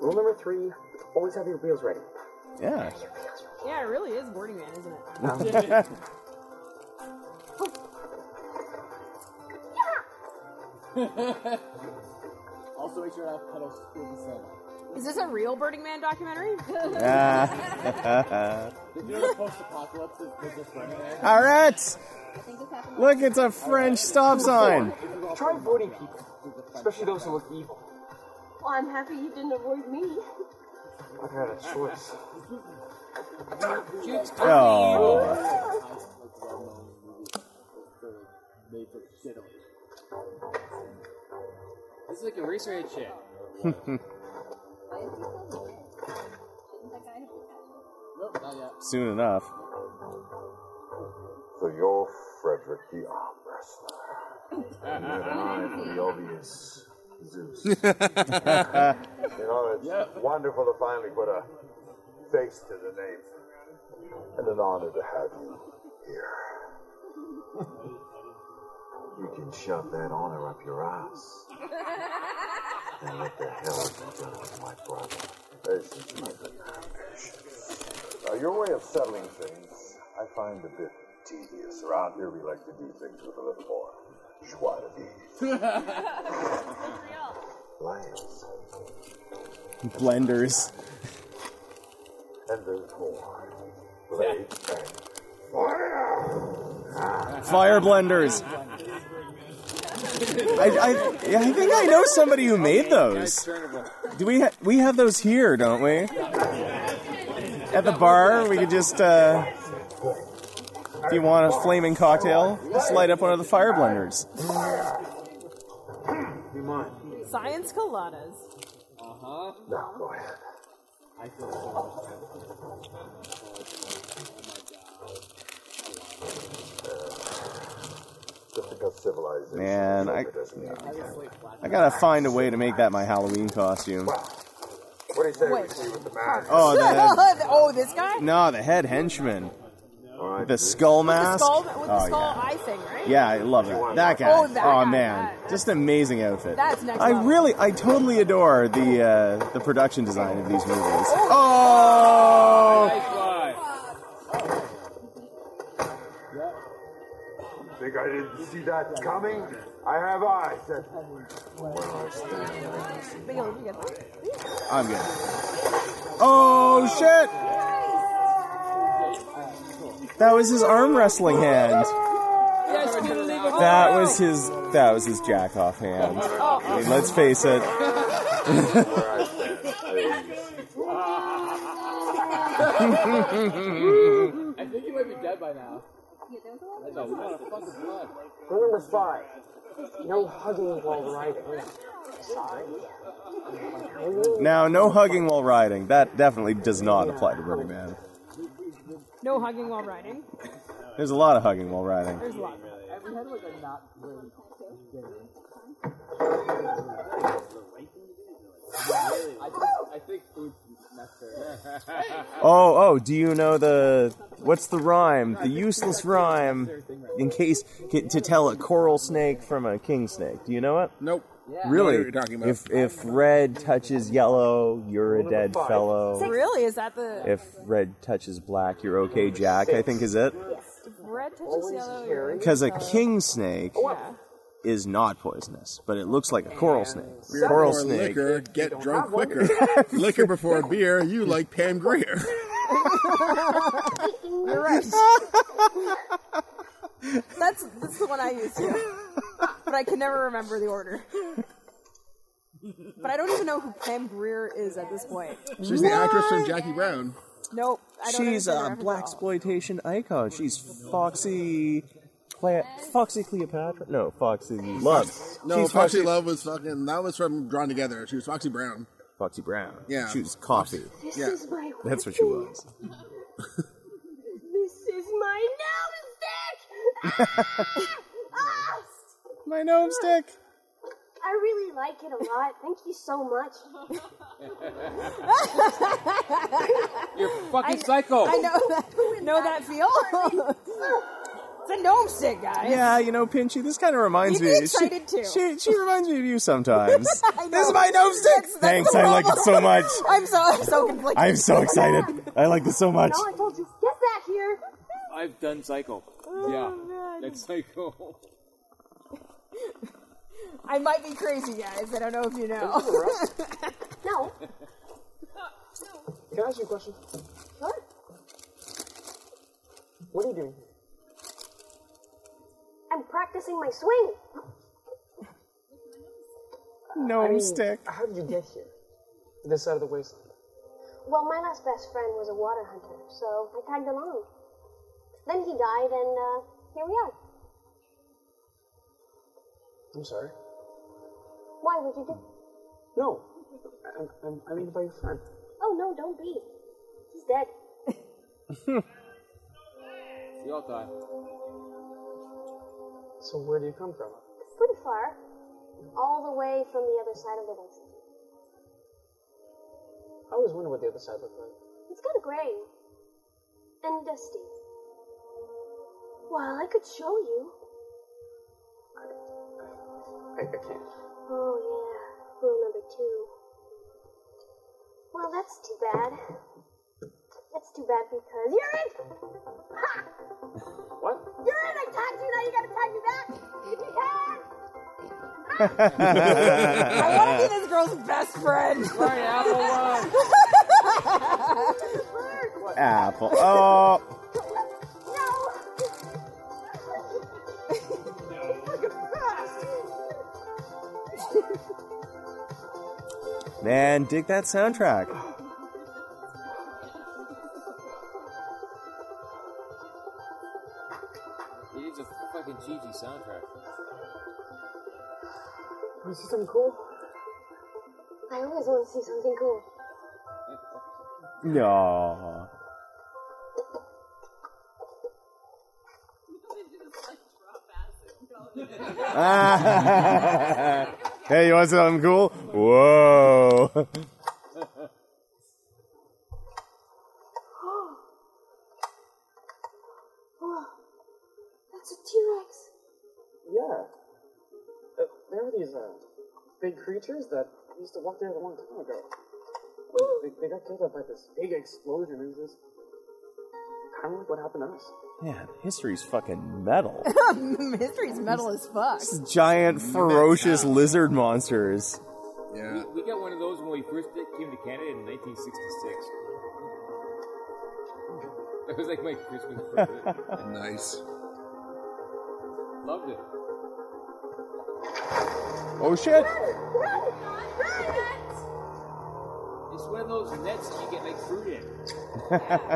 Speaker 6: Rule number three: always have your wheels ready.
Speaker 1: Yeah.
Speaker 2: [laughs] Yeah, it really is Boarding Man, isn't it?
Speaker 10: Also, make sure I have pedals with the same.
Speaker 2: Is this a real Burning Man documentary?
Speaker 1: Ah.
Speaker 10: Did you know the post-apocalypse is is just running there?
Speaker 1: [laughs] all right.
Speaker 9: I think it's happening.
Speaker 1: Look, it's a French stop sign.
Speaker 6: Try avoiding people, especially those who look evil.
Speaker 9: Well, I'm happy you didn't avoid me.
Speaker 6: I've had a choice.
Speaker 1: Oh.
Speaker 5: Made for shit on This is like a racer head shit.
Speaker 9: Why is he so weird? Shouldn't that guy have
Speaker 10: Nope, not yet.
Speaker 1: Soon enough.
Speaker 4: So you're Frederick the Arm Wrestler. And you have an eye for the obvious, Zeus. you know, it's wonderful to finally put a face to the name. And an honor to have you here. You can shove that honor up your ass. And what the hell have you done with my brother? This is my determination. Now, your way of settling things, I find a bit tedious. Around here, we like to do things with a little more joie de vivre. Lions
Speaker 1: Blenders.
Speaker 4: and there's more. Blade and fire.
Speaker 1: Fire blenders. I, I, yeah, I think I know somebody who made those.
Speaker 5: Discernible.
Speaker 1: Do we ha- we have those here, don't we? At the bar, we could just uh, if you want a flaming cocktail, just light up one of the fire blenders.
Speaker 6: Be mine.
Speaker 2: Science coladas.
Speaker 4: Now go ahead. Just because civilization
Speaker 1: Man, I-
Speaker 4: doesn't matter.
Speaker 1: I gotta find a way to make that my Halloween costume.
Speaker 4: What do you say we
Speaker 2: Wait.
Speaker 4: see with the mask?
Speaker 1: Oh, the head,
Speaker 2: [laughs] oh, this guy?
Speaker 1: no, the head henchman,
Speaker 4: All right,
Speaker 1: Oh, the skull
Speaker 2: The
Speaker 1: mask.
Speaker 2: skull, with the
Speaker 1: Oh,
Speaker 2: skull
Speaker 1: yeah.
Speaker 2: eye thing, right?
Speaker 1: Yeah, I love it. That guy.
Speaker 2: Oh, that guy,
Speaker 1: man,
Speaker 2: that-
Speaker 1: just an amazing outfit.
Speaker 2: That's next
Speaker 1: I
Speaker 2: level.
Speaker 1: really, I totally adore the uh, the production design of these movies. Oh,
Speaker 5: Nice fly.
Speaker 4: Think I didn't see that coming? I have eyes. That...
Speaker 2: Big old- you got that?
Speaker 1: I'm good. Oh shit! That was his arm wrestling hand.
Speaker 5: Yes,
Speaker 2: Oh,
Speaker 5: unbelievable.
Speaker 1: That was his. That was his jack off hand.
Speaker 2: Oh.
Speaker 1: I mean, let's face it.
Speaker 10: I think you might be dead by now.
Speaker 9: You know what?
Speaker 10: That's a lot of fucking blood.
Speaker 6: Rule number five: no hugging while riding. Sorry. Rule
Speaker 1: Now, no hugging while riding. That definitely does not apply to Burning Man.
Speaker 2: No hugging while riding.
Speaker 1: There's a lot of hugging while riding.
Speaker 2: There's a lot.
Speaker 10: And we had like a not really dinner. I think, I think food's necessary.
Speaker 1: Oh, oh, do you know the what's the rhyme? The useless rhyme in case to tell a coral snake from a king snake. Do you know it?
Speaker 8: Nope.
Speaker 1: Really?
Speaker 8: I know what you're talking about.
Speaker 1: If if red touches yellow, you're a dead
Speaker 6: five.
Speaker 1: fellow.
Speaker 2: Really? Is that the
Speaker 1: If red touches black, you're okay, Jack. I think is it
Speaker 2: red touches
Speaker 6: Always
Speaker 2: yellow?
Speaker 6: carry.
Speaker 1: because a king snake
Speaker 2: Yeah.
Speaker 1: is not poisonous, but it looks like a coral snake.
Speaker 8: Beer
Speaker 1: Coral
Speaker 8: before
Speaker 1: snake.
Speaker 8: Liquor, get drunk quicker. [laughs] liquor before beer, you like Pam [laughs] Greer.
Speaker 2: You're right. that's that's the one I use too, [laughs] but I can never remember the order. But I don't even know who Pam Greer is at this point.
Speaker 8: She's the actress from Jackie Brown.
Speaker 2: Nope. I don't
Speaker 1: She's
Speaker 2: understand the
Speaker 1: a
Speaker 2: reference
Speaker 1: black
Speaker 2: at all.
Speaker 1: exploitation icon. She's Foxy, Cle- Foxy Cleopatra. No, Foxy Love.
Speaker 8: No,
Speaker 1: She's
Speaker 8: Foxy Love was fucking. That was from Drawn Together. She was Foxy Brown.
Speaker 1: Foxy Brown.
Speaker 8: Yeah.
Speaker 1: she was coffee.
Speaker 9: This
Speaker 8: Yeah.
Speaker 9: is my
Speaker 1: That's what she was.
Speaker 9: This is my nose Ah! stick!
Speaker 1: My gnome stick.
Speaker 9: I really like it a lot. Thank you so much.
Speaker 5: You're
Speaker 11: I
Speaker 5: fucking
Speaker 11: kn-
Speaker 5: psycho.
Speaker 11: I know that, know that feel. it's a gnome stick, guys.
Speaker 2: [laughs]
Speaker 1: Yeah, you know, Pinchy, this kind of reminds
Speaker 11: You'd
Speaker 1: me.
Speaker 11: be excited
Speaker 1: she,
Speaker 11: too.
Speaker 1: She, she reminds me of you sometimes.
Speaker 2: [laughs]
Speaker 11: I
Speaker 1: this
Speaker 11: know.
Speaker 1: is my gnome stick.
Speaker 11: That's- that's
Speaker 1: Thanks,
Speaker 11: the
Speaker 1: I like it
Speaker 11: problem.
Speaker 1: so much.
Speaker 11: I'm so I'm so conflicted.
Speaker 1: I'm so excited. I like this so much.
Speaker 9: No, I told you, get back here.
Speaker 5: I've done psycho.
Speaker 9: Oh,
Speaker 5: yeah, that's psycho.
Speaker 11: I might be crazy, guys. I don't know if you
Speaker 1: [laughs]
Speaker 11: know.
Speaker 9: No.
Speaker 6: Can I ask you a question?
Speaker 9: What?
Speaker 6: What are you doing here?
Speaker 9: I'm practicing my swing.
Speaker 1: Gnome
Speaker 6: I mean,
Speaker 1: stick.
Speaker 6: How did you get here? This side of the wasteland.
Speaker 9: Well, my last best friend was a water hunter, so I tagged along. Then he died, and uh, here we are.
Speaker 6: I'm sorry.
Speaker 9: Why would you do?
Speaker 6: No. I'm, I'm, I mean by your friend.
Speaker 9: Oh no, don't be. He's dead.
Speaker 5: You all die.
Speaker 6: So where do you come from?
Speaker 9: It's pretty far, all the way from the other side of the wasteland.
Speaker 6: I always wonder what the other side looked like.
Speaker 9: It's kind of gray and dusty. Well, I could show you.
Speaker 6: I, I can't.
Speaker 9: Oh yeah, rule number two. Well, that's too bad. That's too bad because you're in. Ha!
Speaker 6: What?
Speaker 9: You're in. I tagged you. Now you gotta tag me back. Yeah!
Speaker 11: I want to be this girl's best friend.
Speaker 2: [laughs]
Speaker 1: Apple. Oh. Man, dig that soundtrack.
Speaker 5: It is a fucking Gigi soundtrack.
Speaker 6: You see something cool?
Speaker 9: I always want to see something cool.
Speaker 1: No. [laughs] hey, you want something cool? Whoa.
Speaker 9: Oh, that's a T-Rex.
Speaker 6: Yeah. Uh, there are these uh, big creatures that used to walk there a long time ago. They, they got killed up by this big explosion. It was just kind of like what happened to us.
Speaker 1: Man, history's fucking metal.
Speaker 11: History's metal as fuck.
Speaker 1: [laughs] Giant, ferocious lizard monsters.
Speaker 8: Yeah.
Speaker 5: We got one of those when we first did- came to Canada in [laughs] 1966. It was like my Christmas present.
Speaker 8: Nice.
Speaker 5: Loved it.
Speaker 1: Oh shit.
Speaker 5: It's one of those nets that you get like fruit in.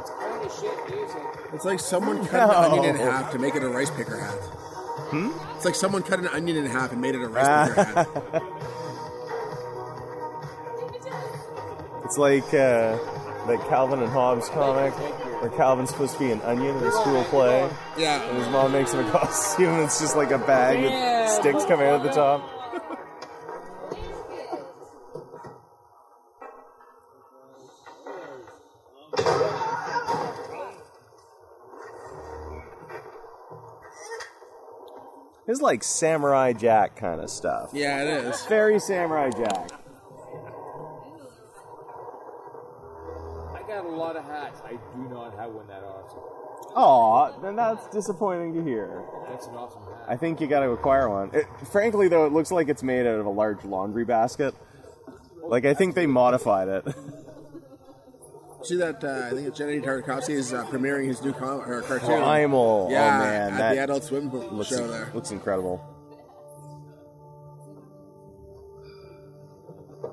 Speaker 5: It's kind of shit music.
Speaker 8: It's like someone cut an onion in half to make it a rice picker hat.
Speaker 1: Hmm?
Speaker 8: It's like someone cut an onion in half and made it a
Speaker 1: Ah.
Speaker 8: rice picker hat.
Speaker 1: It's like uh, that Calvin and Hobbes comic where Calvin's supposed to be an onion in a school play. [laughs]
Speaker 8: Yeah.
Speaker 1: And his mom makes him a [laughs] costume and it's just like a bag with sticks coming out of the top. [laughs] It's like Samurai Jack kind of stuff.
Speaker 8: Yeah, it is.
Speaker 1: Very Samurai Jack.
Speaker 5: I got a lot of hats. I do not have one that awesome.
Speaker 1: Aw, then that's disappointing to hear.
Speaker 5: That's an awesome hat.
Speaker 1: I think you got to acquire one. It, frankly, though, it looks like it's made out of a large laundry basket. Like I think they modified
Speaker 8: [laughs]
Speaker 1: it.
Speaker 8: See that? Uh, I think it's Jenny Tartakovsky is uh, premiering his new com- or cartoon.
Speaker 1: Primal. Oh,
Speaker 8: Yeah,
Speaker 1: man,
Speaker 8: at
Speaker 1: that
Speaker 8: the Adult Swim po-
Speaker 1: Looks,
Speaker 8: show there.
Speaker 1: looks incredible.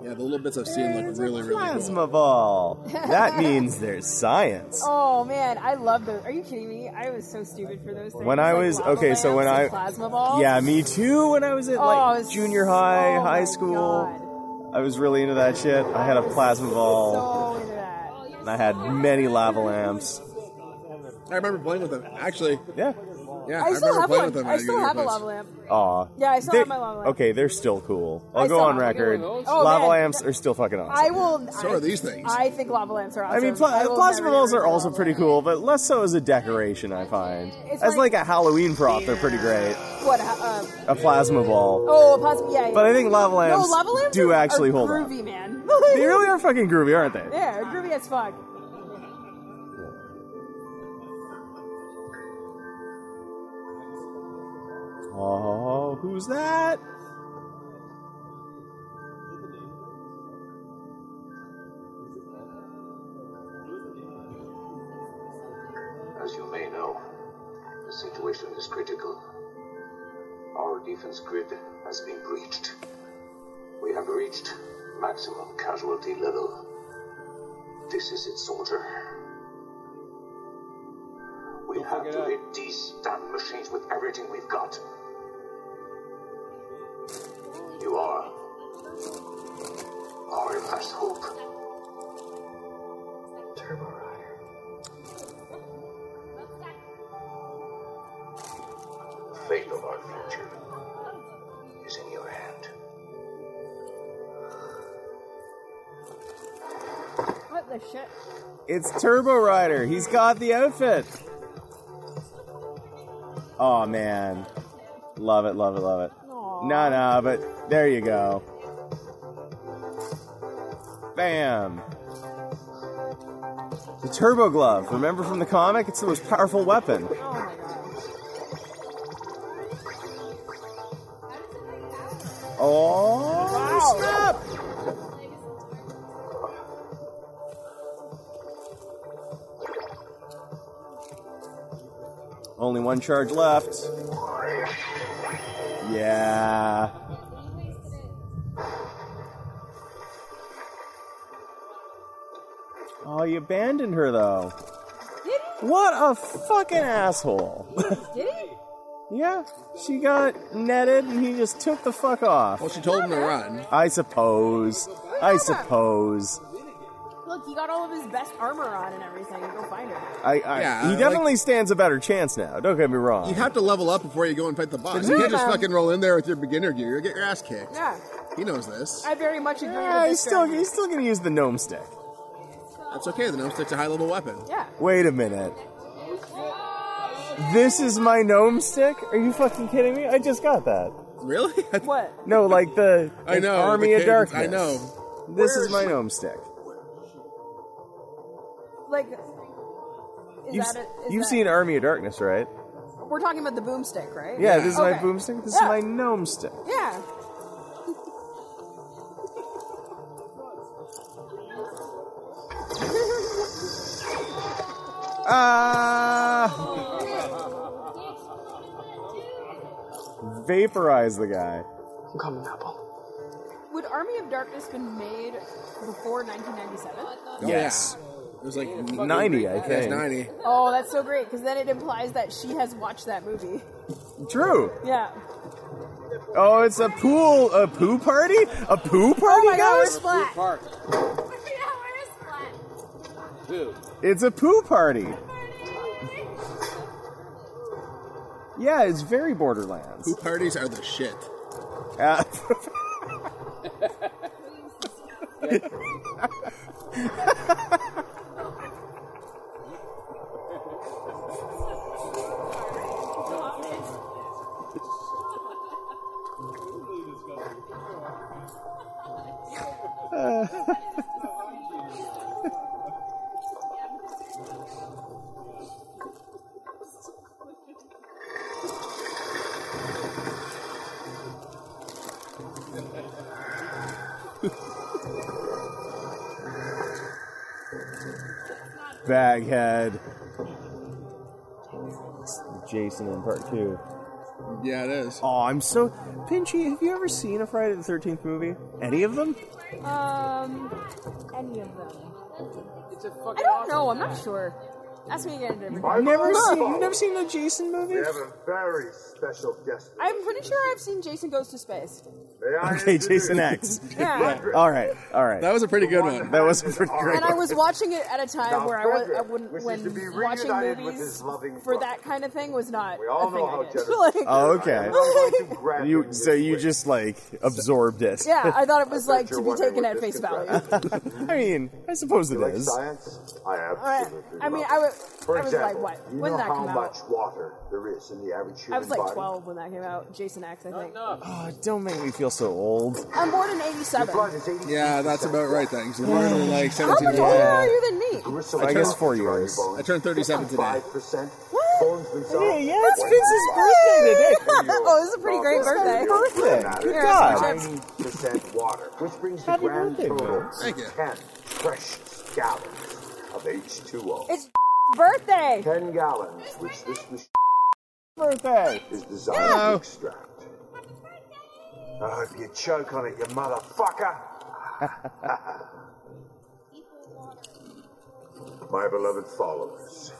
Speaker 8: Yeah, the little bits I've seen look really, really cool.
Speaker 1: Plasma ball.
Speaker 8: [laughs]
Speaker 1: That means there's science.
Speaker 2: Oh man, I love those. Are you kidding me? I was so stupid for those things.
Speaker 1: When I
Speaker 2: Like
Speaker 1: was
Speaker 2: lava
Speaker 1: okay, so when
Speaker 2: lamps
Speaker 1: I
Speaker 2: and plasma balls.
Speaker 1: yeah, me too. When I was at
Speaker 2: Oh,
Speaker 1: like
Speaker 2: it was
Speaker 1: junior high,
Speaker 2: so-
Speaker 1: high school, I was really into that shit. I had a plasma ball,
Speaker 2: So into that.
Speaker 1: and I had many lava lamps.
Speaker 8: I remember playing with them, actually.
Speaker 1: Yeah.
Speaker 8: Yeah,
Speaker 2: I still
Speaker 8: remember
Speaker 2: have
Speaker 8: playing
Speaker 2: one.
Speaker 8: with them.
Speaker 2: I
Speaker 8: at a
Speaker 2: still
Speaker 8: good
Speaker 2: have a
Speaker 8: place.
Speaker 2: lava lamp.
Speaker 1: Aw.
Speaker 2: Yeah, I still
Speaker 1: They-
Speaker 2: have my lava lamp.
Speaker 1: Okay, they're still cool. I'll
Speaker 2: I
Speaker 1: go
Speaker 2: still
Speaker 1: on
Speaker 2: have to get
Speaker 1: record.
Speaker 2: one of those. Oh,
Speaker 1: lava
Speaker 2: man.
Speaker 1: lamps are still fucking awesome.
Speaker 2: I will.
Speaker 8: So
Speaker 2: I,
Speaker 8: are these things.
Speaker 2: I think lava lamps are awesome.
Speaker 1: I mean, pla-
Speaker 2: will
Speaker 1: plasma
Speaker 2: never
Speaker 1: balls
Speaker 2: get
Speaker 1: are
Speaker 2: rid of
Speaker 1: also pretty cool, but less so as a decoration, I find.
Speaker 2: It's
Speaker 1: As
Speaker 2: like-
Speaker 1: like a Halloween prop, they're pretty great.
Speaker 2: them. What? Um,
Speaker 1: A plasma ball.
Speaker 2: oh, plasma. Yeah, yeah.
Speaker 1: But I think lava lamps
Speaker 2: no, lava lamps
Speaker 1: do
Speaker 2: are,
Speaker 1: actually
Speaker 2: are
Speaker 1: hold up.
Speaker 2: groovy, man.
Speaker 1: [laughs] They really are fucking groovy, aren't they?
Speaker 2: Yeah, groovy as fuck.
Speaker 1: Oh, who's that?
Speaker 4: As you may know, the situation is critical. Our defense grid has been breached. We have reached maximum casualty level. This is it, soldier. We have to hit these damn machines with everything we've got. You are our last hope.
Speaker 6: Turbo Rider.
Speaker 4: The fate of our future is in your hand.
Speaker 2: What the shit?
Speaker 1: It's Turbo Rider. He's got the outfit. Oh man, love it, love it, love it. Nah, nah, but there you go. Bam. The Turbo Glove. Remember from the comic? It's the most powerful weapon. Oh.
Speaker 2: Wow.
Speaker 1: Only one charge left. Yeah. Oh, you abandoned her though.
Speaker 2: Did
Speaker 1: What a fucking asshole. [laughs]
Speaker 2: he? Did he?
Speaker 1: yeah, she got netted and he just took the fuck off. Well,
Speaker 8: she told him to run.
Speaker 1: I suppose. I suppose.
Speaker 2: Look, he got all of his best armor on and everything. Go find him.
Speaker 1: I, I
Speaker 8: Yeah,
Speaker 1: he
Speaker 8: like-
Speaker 1: definitely stands a better chance now. Don't get me wrong.
Speaker 8: You have to level up before you go and fight the boss. You
Speaker 2: Yeah,
Speaker 8: can't just
Speaker 2: man.
Speaker 8: fucking roll in there with your beginner gear. You'll get your ass kicked.
Speaker 2: Yeah,
Speaker 8: He knows this.
Speaker 2: I very much agree.
Speaker 1: Yeah,
Speaker 2: with
Speaker 1: he's
Speaker 2: this
Speaker 1: still
Speaker 2: strategy.
Speaker 1: he's still gonna use the gnome stick.
Speaker 8: That's okay. The gnome stick's a high level weapon.
Speaker 2: Yeah.
Speaker 1: Wait a minute. This is my gnome stick? Are you fucking kidding me? I just got that.
Speaker 8: Really? [laughs] Oh,
Speaker 2: What?
Speaker 1: No, like the
Speaker 8: I
Speaker 1: like
Speaker 8: know,
Speaker 1: Army
Speaker 8: the
Speaker 1: of
Speaker 8: cadence,
Speaker 1: Darkness.
Speaker 8: I know.
Speaker 1: This is my gnome stick.
Speaker 2: Like, is
Speaker 1: You've,
Speaker 2: that a, is
Speaker 1: you've
Speaker 2: that-
Speaker 1: seen Army of Darkness, right?
Speaker 2: We're talking about the boomstick, right?
Speaker 1: Yeah, this is my
Speaker 2: Okay.
Speaker 1: boomstick. This
Speaker 2: Yeah.
Speaker 1: is my gnome stick.
Speaker 2: Yeah.
Speaker 1: Ah! Vaporize the guy.
Speaker 6: I'm coming, Apple.
Speaker 2: Would Army of Darkness been made before 1997?
Speaker 1: Yes.
Speaker 8: It was like
Speaker 1: 90, I
Speaker 8: Yeah, it's
Speaker 1: think.
Speaker 8: 90.
Speaker 2: Oh, that's so great because then it implies that she has watched that movie.
Speaker 1: True.
Speaker 2: Yeah.
Speaker 1: Oh, it's a pool, a poo party, a
Speaker 2: Oh
Speaker 1: poo party, guys.
Speaker 5: Park. Dude,
Speaker 1: It's a poo party. Yeah, it's very Borderlands.
Speaker 8: Poop parties are the shit.
Speaker 1: Uh, [laughs] Baghead. Jason in part two.
Speaker 8: Yeah, it is.
Speaker 1: Oh, I'm so Pinchy. Have you ever seen a Friday the Thirteenth movie? Any of them?
Speaker 2: Um, any of them?
Speaker 5: It's a fucking
Speaker 2: I don't know. I'm not sure. Ask me again. at a different time.
Speaker 1: You've never seen. You've never seen the Jason movie?
Speaker 4: We have a very special guest.
Speaker 2: I'm pretty sure I've seen Jason Goes to Space.
Speaker 4: May I
Speaker 1: Okay,
Speaker 4: introduce-
Speaker 1: Jason
Speaker 4: [laughs]
Speaker 1: X.
Speaker 2: Yeah.
Speaker 1: All right. All right.
Speaker 8: That was a pretty good one.
Speaker 1: That was a pretty great.
Speaker 2: [laughs] And I was
Speaker 1: one.
Speaker 2: watching it at a time
Speaker 4: Now,
Speaker 2: where I, was, I
Speaker 4: Frederick
Speaker 2: wouldn't,
Speaker 4: wishes
Speaker 2: when
Speaker 4: to be
Speaker 2: watching
Speaker 4: reunited with
Speaker 2: movies
Speaker 4: his loving
Speaker 2: for
Speaker 4: brother.
Speaker 2: that kind of thing was not
Speaker 4: We all
Speaker 2: a
Speaker 4: know
Speaker 2: thing
Speaker 4: how
Speaker 2: I did.
Speaker 4: generous
Speaker 2: [laughs] Like,
Speaker 1: Oh, okay.
Speaker 4: I'm going to grab
Speaker 1: You
Speaker 4: him
Speaker 1: so
Speaker 4: this
Speaker 1: you
Speaker 4: way.
Speaker 1: just like absorbed it.
Speaker 2: yeah, I thought it was like
Speaker 4: you're
Speaker 2: to be
Speaker 4: wondering
Speaker 2: taken
Speaker 4: what
Speaker 2: at
Speaker 4: this
Speaker 2: face
Speaker 4: could
Speaker 2: value.
Speaker 1: [laughs] I mean, I suppose it
Speaker 4: [laughs] You like
Speaker 1: is.
Speaker 4: science? I
Speaker 2: I,
Speaker 4: absolutely
Speaker 2: I mean,
Speaker 4: love
Speaker 2: I,
Speaker 4: it.
Speaker 2: wa-
Speaker 4: For
Speaker 2: I was
Speaker 4: example,
Speaker 2: like, what?
Speaker 4: you
Speaker 2: When
Speaker 4: know
Speaker 2: did that
Speaker 4: how
Speaker 2: come
Speaker 4: much
Speaker 2: out?
Speaker 4: water there is in the average human
Speaker 2: I was like
Speaker 4: body?
Speaker 2: 12 when that came out. Jason X, I think.
Speaker 1: Oh, don't make me feel so old.
Speaker 2: I'm born in
Speaker 4: Your
Speaker 2: 87.
Speaker 4: blood is 80
Speaker 8: Yeah, that's about right. Thanks. You're born in like
Speaker 2: How much
Speaker 8: 17 years
Speaker 2: older
Speaker 8: old.
Speaker 2: are you than me?
Speaker 1: I guess four years.
Speaker 8: I turned 37 today.
Speaker 4: 5%.
Speaker 2: What?
Speaker 4: Bones themselves.
Speaker 1: Yeah, yeah, it's Vince's birthday today.
Speaker 2: [laughs] oh, this is a pretty great
Speaker 1: It's
Speaker 2: birthday.
Speaker 1: his birthday. Good
Speaker 2: Here,
Speaker 1: God.
Speaker 2: have
Speaker 4: Ninety percent water, which brings the
Speaker 1: Happy
Speaker 4: grand
Speaker 1: birthday,
Speaker 4: total
Speaker 1: Vince.
Speaker 8: Thank you.
Speaker 4: to ten precious gallons of H2O.
Speaker 2: It's [laughs] birthday.
Speaker 4: ten gallons, which this machine
Speaker 1: Birthday.
Speaker 4: is designed to extract. Oh, if you choke on it, you motherfucker! My beloved followers,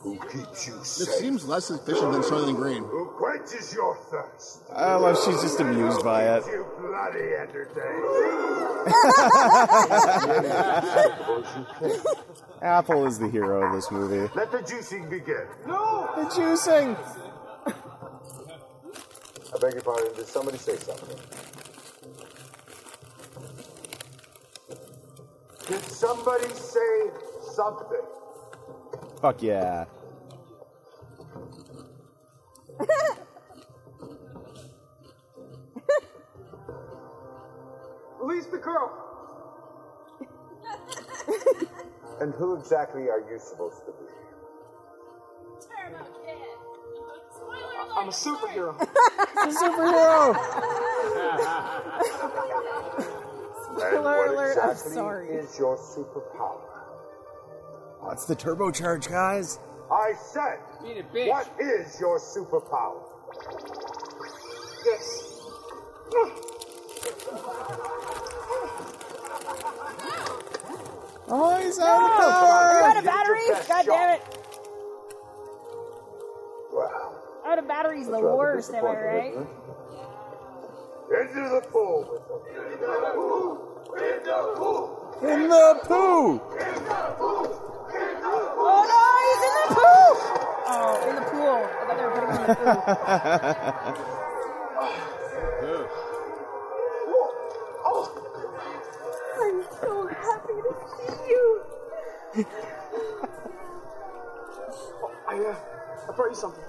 Speaker 4: who keeps you
Speaker 8: This
Speaker 4: safe?
Speaker 8: seems less efficient than Soylent Green.
Speaker 4: Who quenches your thirst?
Speaker 1: I love she's just amused by it.
Speaker 4: Oh, You bloody entertained. [laughs]
Speaker 1: Apple is the hero of this movie.
Speaker 4: Let the juicing begin.
Speaker 1: The juicing.
Speaker 4: I beg your pardon. Did somebody say something? Did somebody say something?
Speaker 1: Fuck yeah.
Speaker 4: Release the girl. and who exactly are you supposed to be?
Speaker 12: I'm a
Speaker 2: [laughs]
Speaker 12: superhero.
Speaker 1: Superhero.
Speaker 4: And
Speaker 2: Spoiler
Speaker 4: what
Speaker 2: alert, I'm
Speaker 4: exactly
Speaker 2: sorry.
Speaker 4: Is your superpower?
Speaker 1: What's the turbocharge, guys?
Speaker 4: I said.
Speaker 5: Being a bitch.
Speaker 4: What is your superpower?
Speaker 12: This.
Speaker 1: Oh, he's out of
Speaker 2: Are you
Speaker 1: power.
Speaker 2: out of batteries? God damn it.
Speaker 4: Wow.
Speaker 2: Out of batteries, the worst, am I right?
Speaker 4: Into the pool. Into the pool. Into the pool.
Speaker 1: In the poo.
Speaker 2: Oh no, he's in the pool! Oh, in the pool. I thought they were putting him in the pool.
Speaker 12: Oh,
Speaker 9: I'm so happy to see you.
Speaker 12: I, uh, I brought you something.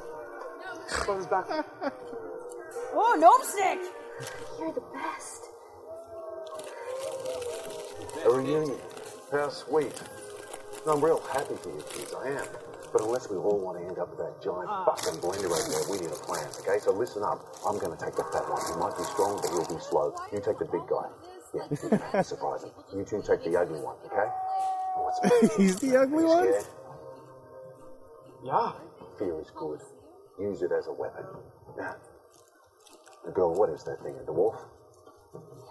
Speaker 12: Brought this back.
Speaker 2: Oh, gnome stick!
Speaker 9: You're the best.
Speaker 4: A reunion. Past week. And I'm real happy for you kids, I am. But unless we all want to end up with that giant fucking blender right there, we need a plan, okay? So listen up. I'm gonna take the fat one. He might be strong, but he'll be slow. You take the big guy. Yeah, big guy. surprise him. You two take the ugly one, okay? What's
Speaker 1: He's the ugly
Speaker 4: You
Speaker 1: one.
Speaker 4: scared?
Speaker 12: Yeah.
Speaker 4: Fear is good. Use it as a weapon. Now, girl, what is that thing? A dwarf?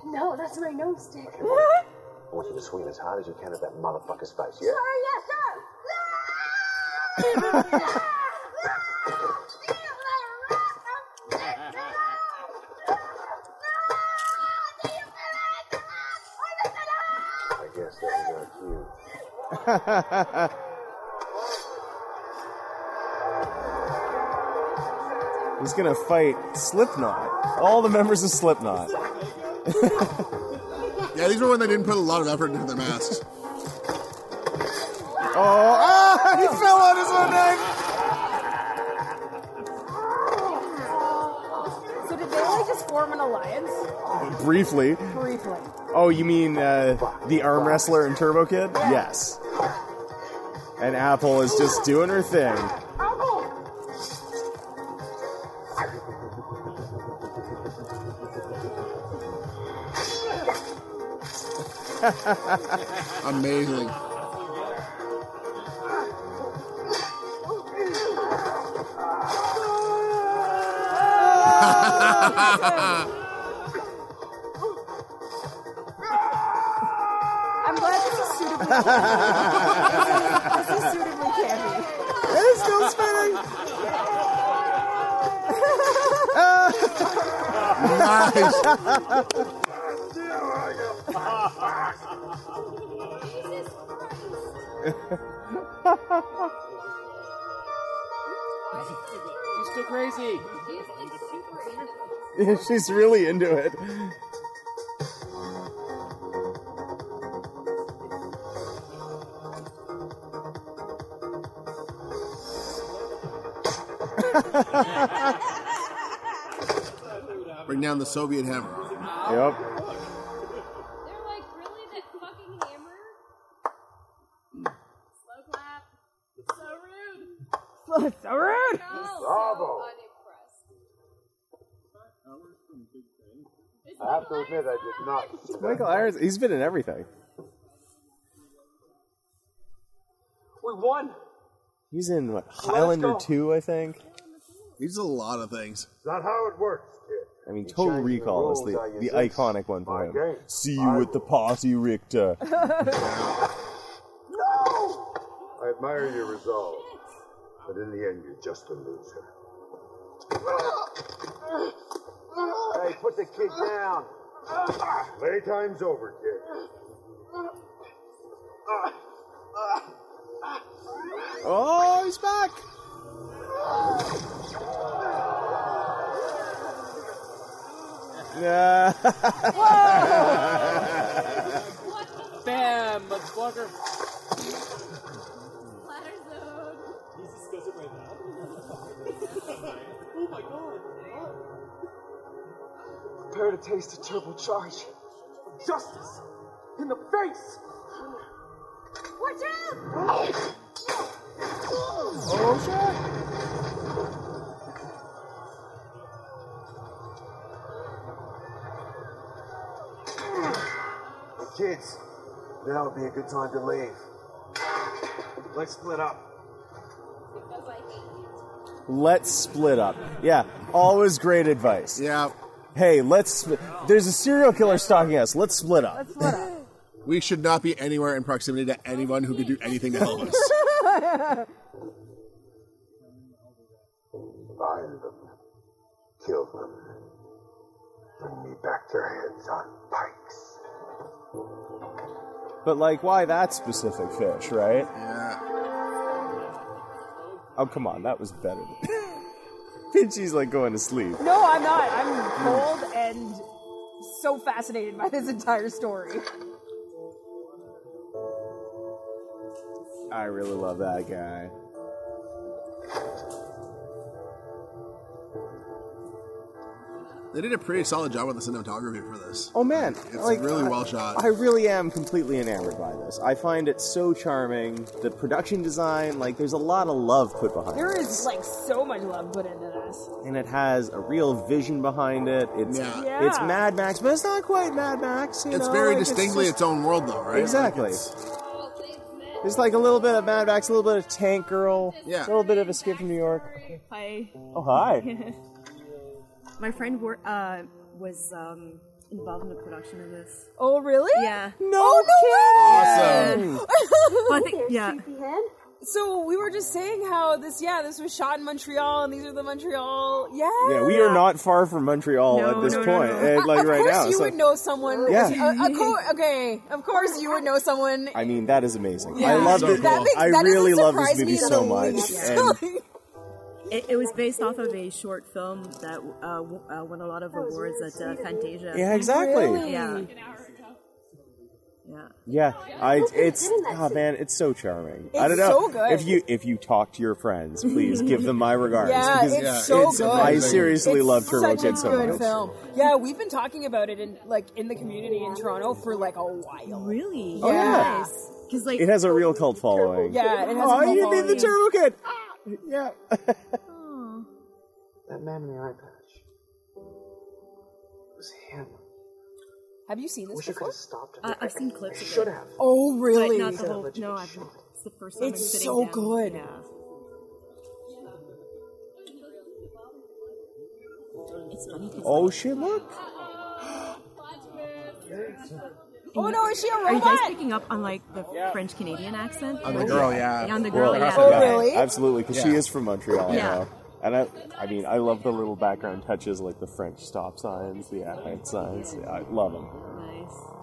Speaker 9: No, that's my gnome stick. Hurry
Speaker 4: I want you to swing as hard as you can at that motherfucker's face. Yeah?
Speaker 9: us up!
Speaker 4: I guess that was our cue.
Speaker 1: He's gonna fight Slipknot. All the members of Slipknot.
Speaker 8: Yeah, these were when they didn't put a lot of effort into their masks.
Speaker 1: Oh, ah, he fell on his own neck.
Speaker 2: So did they like just form an alliance?
Speaker 1: Briefly.
Speaker 2: Briefly.
Speaker 1: Oh, you mean uh, the arm wrestler and Turbo Kid? Yes. And Apple is just doing her thing.
Speaker 8: [laughs] Amazing.
Speaker 11: I'm glad this is suitably this, is, this is suitably campy.
Speaker 13: It is still spinning.
Speaker 14: Nice.
Speaker 5: She's still crazy.
Speaker 1: Yeah, [laughs] She's really into it.
Speaker 8: [laughs] Bring down the Soviet hammer.
Speaker 1: Yep.
Speaker 3: [laughs]
Speaker 2: so rude.
Speaker 3: Bravo. I have to admit, I did not.
Speaker 1: Michael Irons, he's been in everything.
Speaker 6: We won.
Speaker 1: He's in what Highlander two, I think.
Speaker 8: He's a lot of things.
Speaker 4: Not how it works, kid.
Speaker 1: I mean, Total Recall is
Speaker 4: rules,
Speaker 1: the
Speaker 4: I
Speaker 1: the
Speaker 4: insist.
Speaker 1: iconic one for
Speaker 4: My
Speaker 1: him.
Speaker 4: game.
Speaker 1: See you with the posse, Richter.
Speaker 4: I admire your resolve, but in the end, you're just a loser.
Speaker 3: Hey, put the kid down.
Speaker 4: Playtime's over, kid.
Speaker 13: Oh, he's back.
Speaker 5: Bam, motherfucker.
Speaker 10: He's disgusted right now. oh my god.
Speaker 6: Prepare to taste a turbocharge. Justice in the face.
Speaker 9: Watch out!
Speaker 13: Oh shit!
Speaker 3: The kids, now would be a good time to leave. Let's split up.
Speaker 1: [laughs] let's split up. Yeah, always great advice.
Speaker 8: Yeah.
Speaker 1: Hey, let's. sp- There's a serial killer stalking us. Let's split up.
Speaker 8: We should not be anywhere in proximity to anyone who could do anything to help
Speaker 2: [laughs]
Speaker 8: us.
Speaker 4: Find them. Kill them. Bring me back their heads on pikes.
Speaker 1: But like, why that specific fish, right?
Speaker 8: Yeah.
Speaker 1: Oh come on, that was better. Than... [laughs] Pinchy's like going to sleep.
Speaker 2: No, I'm not. I'm cold and so fascinated by this entire story.
Speaker 1: I really love that guy.
Speaker 8: They did a pretty solid job with the cinematography for this.
Speaker 1: Oh man,
Speaker 8: It's
Speaker 1: like,
Speaker 8: really
Speaker 1: I-
Speaker 8: well shot.
Speaker 1: I really am completely enamored by this. I find it so charming. The production design, like, there's a lot of love put behind
Speaker 2: There
Speaker 1: it,
Speaker 2: is like so much love put into this.
Speaker 1: and it has a real vision behind it. It's
Speaker 8: Yeah.
Speaker 2: Yeah.
Speaker 1: it's Mad Max, but it's not quite Mad Max. you
Speaker 8: it's
Speaker 1: know,
Speaker 8: very
Speaker 1: like,
Speaker 8: distinctly its,
Speaker 1: just-
Speaker 8: own world, though, right?
Speaker 1: Exactly.
Speaker 8: Like, it's-
Speaker 1: There's like a little bit of Mad Max, a little bit of Tank Girl,
Speaker 8: Yeah.
Speaker 1: a little bit of Escape from New York.
Speaker 15: Hi.
Speaker 1: Oh hi.
Speaker 15: My friend wor- uh, was um, involved in the production of this.
Speaker 2: Oh really?
Speaker 15: Yeah. Oh,
Speaker 2: No,
Speaker 15: Awesome. Well, I think-
Speaker 9: There,
Speaker 15: yeah.
Speaker 9: Sleepyhead.
Speaker 2: So we were just saying how this, yeah, this was shot in Montreal, and these are the Montreal, yeah.
Speaker 1: Yeah, we are not far from Montreal
Speaker 15: No,
Speaker 1: at this
Speaker 15: no, no,
Speaker 1: point,
Speaker 15: no.
Speaker 1: and, like
Speaker 2: of
Speaker 1: right
Speaker 2: course
Speaker 1: now.
Speaker 2: you
Speaker 1: so-
Speaker 2: would know someone.
Speaker 1: Yeah.
Speaker 2: Uh, of course, okay, of course you would know someone.
Speaker 1: I mean, that is amazing.
Speaker 2: Yeah.
Speaker 1: I love
Speaker 2: That
Speaker 1: it.
Speaker 2: makes-
Speaker 1: I
Speaker 2: that doesn't
Speaker 1: really love
Speaker 2: surprise
Speaker 1: this
Speaker 2: me
Speaker 1: movie
Speaker 2: in
Speaker 1: so
Speaker 2: the
Speaker 1: much.
Speaker 2: [laughs] least.
Speaker 1: And
Speaker 15: It, it was based off of a short film that uh, w- uh, won a lot of awards at uh, Fantasia.
Speaker 1: Yeah, exactly.
Speaker 2: Really?
Speaker 15: Yeah. Yeah.
Speaker 1: yeah, I
Speaker 9: Who could've
Speaker 1: it's
Speaker 9: been in that
Speaker 1: oh
Speaker 9: scene?
Speaker 1: man, it's so charming.
Speaker 2: It's
Speaker 1: I don't know
Speaker 2: so good.
Speaker 1: if you if you talk to your friends, please give them my regards.
Speaker 2: Yeah,
Speaker 1: because
Speaker 2: it's so good.
Speaker 1: I seriously
Speaker 2: It's
Speaker 1: love Turbo
Speaker 2: such
Speaker 1: Kid
Speaker 2: a
Speaker 1: so
Speaker 2: good
Speaker 1: much.
Speaker 2: film. Yeah, we've been talking about it in like in the community in Toronto for like a while.
Speaker 15: Really?
Speaker 2: Oh, yeah.
Speaker 15: Nice. Because like
Speaker 1: It has a real cult following.
Speaker 2: Yeah, it has a
Speaker 1: oh,
Speaker 2: cult
Speaker 1: you need the Turbo
Speaker 2: following.
Speaker 1: Kid. Ah, yeah. [laughs]
Speaker 3: That man in the eye patch. It was him.
Speaker 2: Have you seen
Speaker 3: I
Speaker 2: this
Speaker 3: wish I could
Speaker 2: before?
Speaker 3: have stopped him.
Speaker 15: I- I've seen clips of it.
Speaker 3: Should have.
Speaker 2: Oh, really?
Speaker 15: But not the whole. No, I've, it's the first time. I'm
Speaker 2: It's
Speaker 15: sitting
Speaker 2: so
Speaker 15: down.
Speaker 2: good.
Speaker 15: Yeah. It's funny 'cause,
Speaker 1: Oh
Speaker 15: like-
Speaker 1: shit! Look.
Speaker 2: Oh, no, is she a
Speaker 15: Are you guys
Speaker 2: robot?
Speaker 15: picking up on like the French Canadian accent?
Speaker 1: On the girl, yeah.
Speaker 15: on the girl,
Speaker 1: Well,
Speaker 15: yeah.
Speaker 1: Absolutely, because she
Speaker 15: Yeah.
Speaker 1: is from Montreal. I
Speaker 15: Yeah.
Speaker 1: know. And I, I mean, I love the little background touches like the French stop signs, the African signs. Yeah, I love them.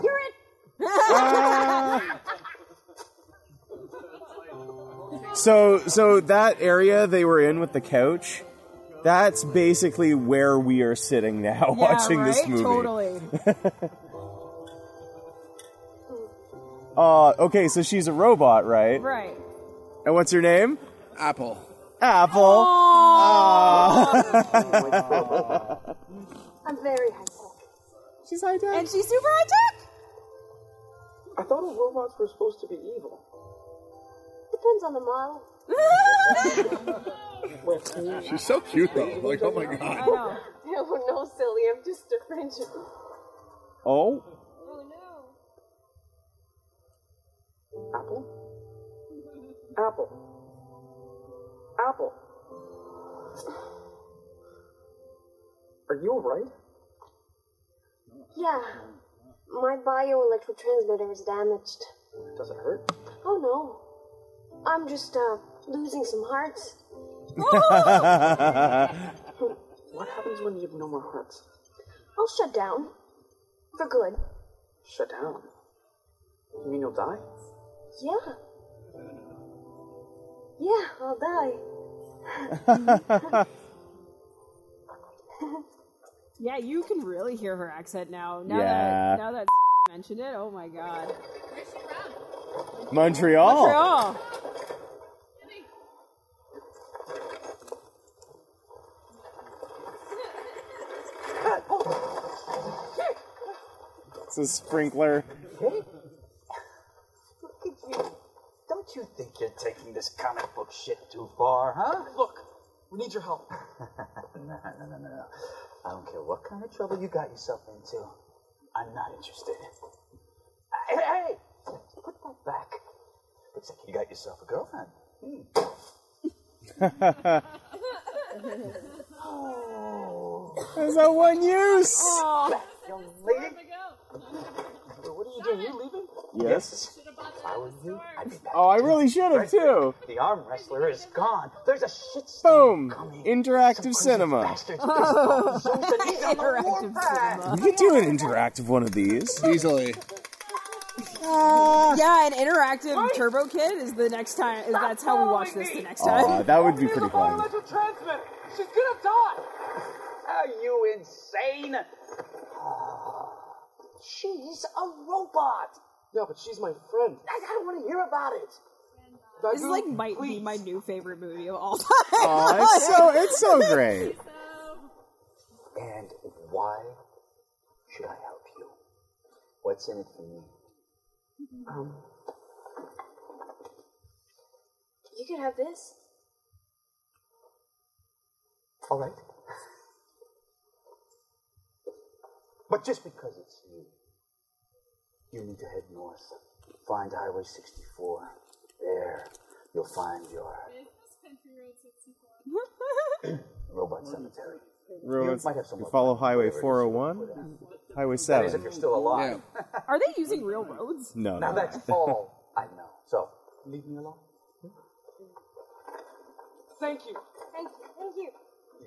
Speaker 2: Hear it!
Speaker 1: [laughs] So, so that area they were in with the couch, that's basically where we are sitting now, [laughs] watching
Speaker 14: yeah, right?
Speaker 1: this movie.
Speaker 14: Totally.
Speaker 1: Uh, okay, so she's a robot, right?
Speaker 2: Right.
Speaker 1: And what's her name?
Speaker 8: Apple.
Speaker 1: Apple. Aw.
Speaker 9: I'm very high tech.
Speaker 6: She's high tech.
Speaker 2: And she's super high tech.
Speaker 6: I thought all robots were supposed to be evil.
Speaker 9: Depends on the model.
Speaker 8: She's so cute though. Like, oh my god.
Speaker 9: no, no, silly. I'm just a friendship.
Speaker 1: [laughs] Oh.
Speaker 9: Oh no.
Speaker 6: Apple? Apple. Apple. Are you alright?
Speaker 9: Yeah. My bioelectrotransmitter is damaged.
Speaker 6: Does it hurt?
Speaker 9: Oh no. I'm just uh losing some hearts.
Speaker 6: What happens when you have no more hearts?
Speaker 9: I'll shut down. For good.
Speaker 6: Shut down. You mean you'll die?
Speaker 9: Yeah. Yeah, I'll die.
Speaker 2: Yeah, you can really hear her accent now. Now
Speaker 1: Yeah.
Speaker 2: that now that [laughs] mentioned it, oh my god.
Speaker 1: Montreal. Oh.
Speaker 2: Montreal. [laughs]
Speaker 1: It's a sprinkler.
Speaker 6: Look at you.
Speaker 16: Don't you think you're taking this comic book shit too far, huh?
Speaker 6: Look, we need your help.
Speaker 16: [laughs] no, no, no, no, no. I don't care what kind of trouble you got yourself into. I'm not interested. Hey, hey, hey! Put that back. Looks like you got yourself a girlfriend. Hmm. Oh,
Speaker 1: There's that one use.
Speaker 6: Young lady. What are you doing? You leaving?
Speaker 1: Yes.
Speaker 16: If I were you, I'd be back.
Speaker 1: Oh, I really should have too.
Speaker 16: The arm wrestler is gone. There's a shit
Speaker 1: Boom. Interactive cinema. [laughs] We
Speaker 2: [laughs]
Speaker 1: could do an interactive one of these easily.
Speaker 2: yeah, an interactive Turbo Kid is the next time. Is, that's how we watch this the next time. [laughs]
Speaker 1: Aw, that would be pretty fun. [laughs]
Speaker 16: Electrical transmitter! She's gonna die! Are you insane? [sighs]
Speaker 6: She's a robot. Yeah, but she's my friend. I, I don't want to hear about it.
Speaker 2: This is
Speaker 6: Bagu,
Speaker 2: like might be my new favorite movie of all time.
Speaker 1: Aw, it's so it's so great.
Speaker 16: And why should I help you? What's in it for me?
Speaker 6: Um,
Speaker 9: You can have this.
Speaker 16: All right. But just because it's you, you need to head north. Find Highway 64. There, you'll find your robot cemetery.
Speaker 1: Roads.
Speaker 16: You might have some
Speaker 1: You follow Highway 401, Highway
Speaker 16: That is if
Speaker 1: 7.
Speaker 16: you're still alive.
Speaker 2: [laughs] Are they using real roads?
Speaker 1: No,
Speaker 16: Now
Speaker 1: no.
Speaker 16: that's all I know. So, leave me alone.
Speaker 6: thank you.
Speaker 9: Thank you. Thank you.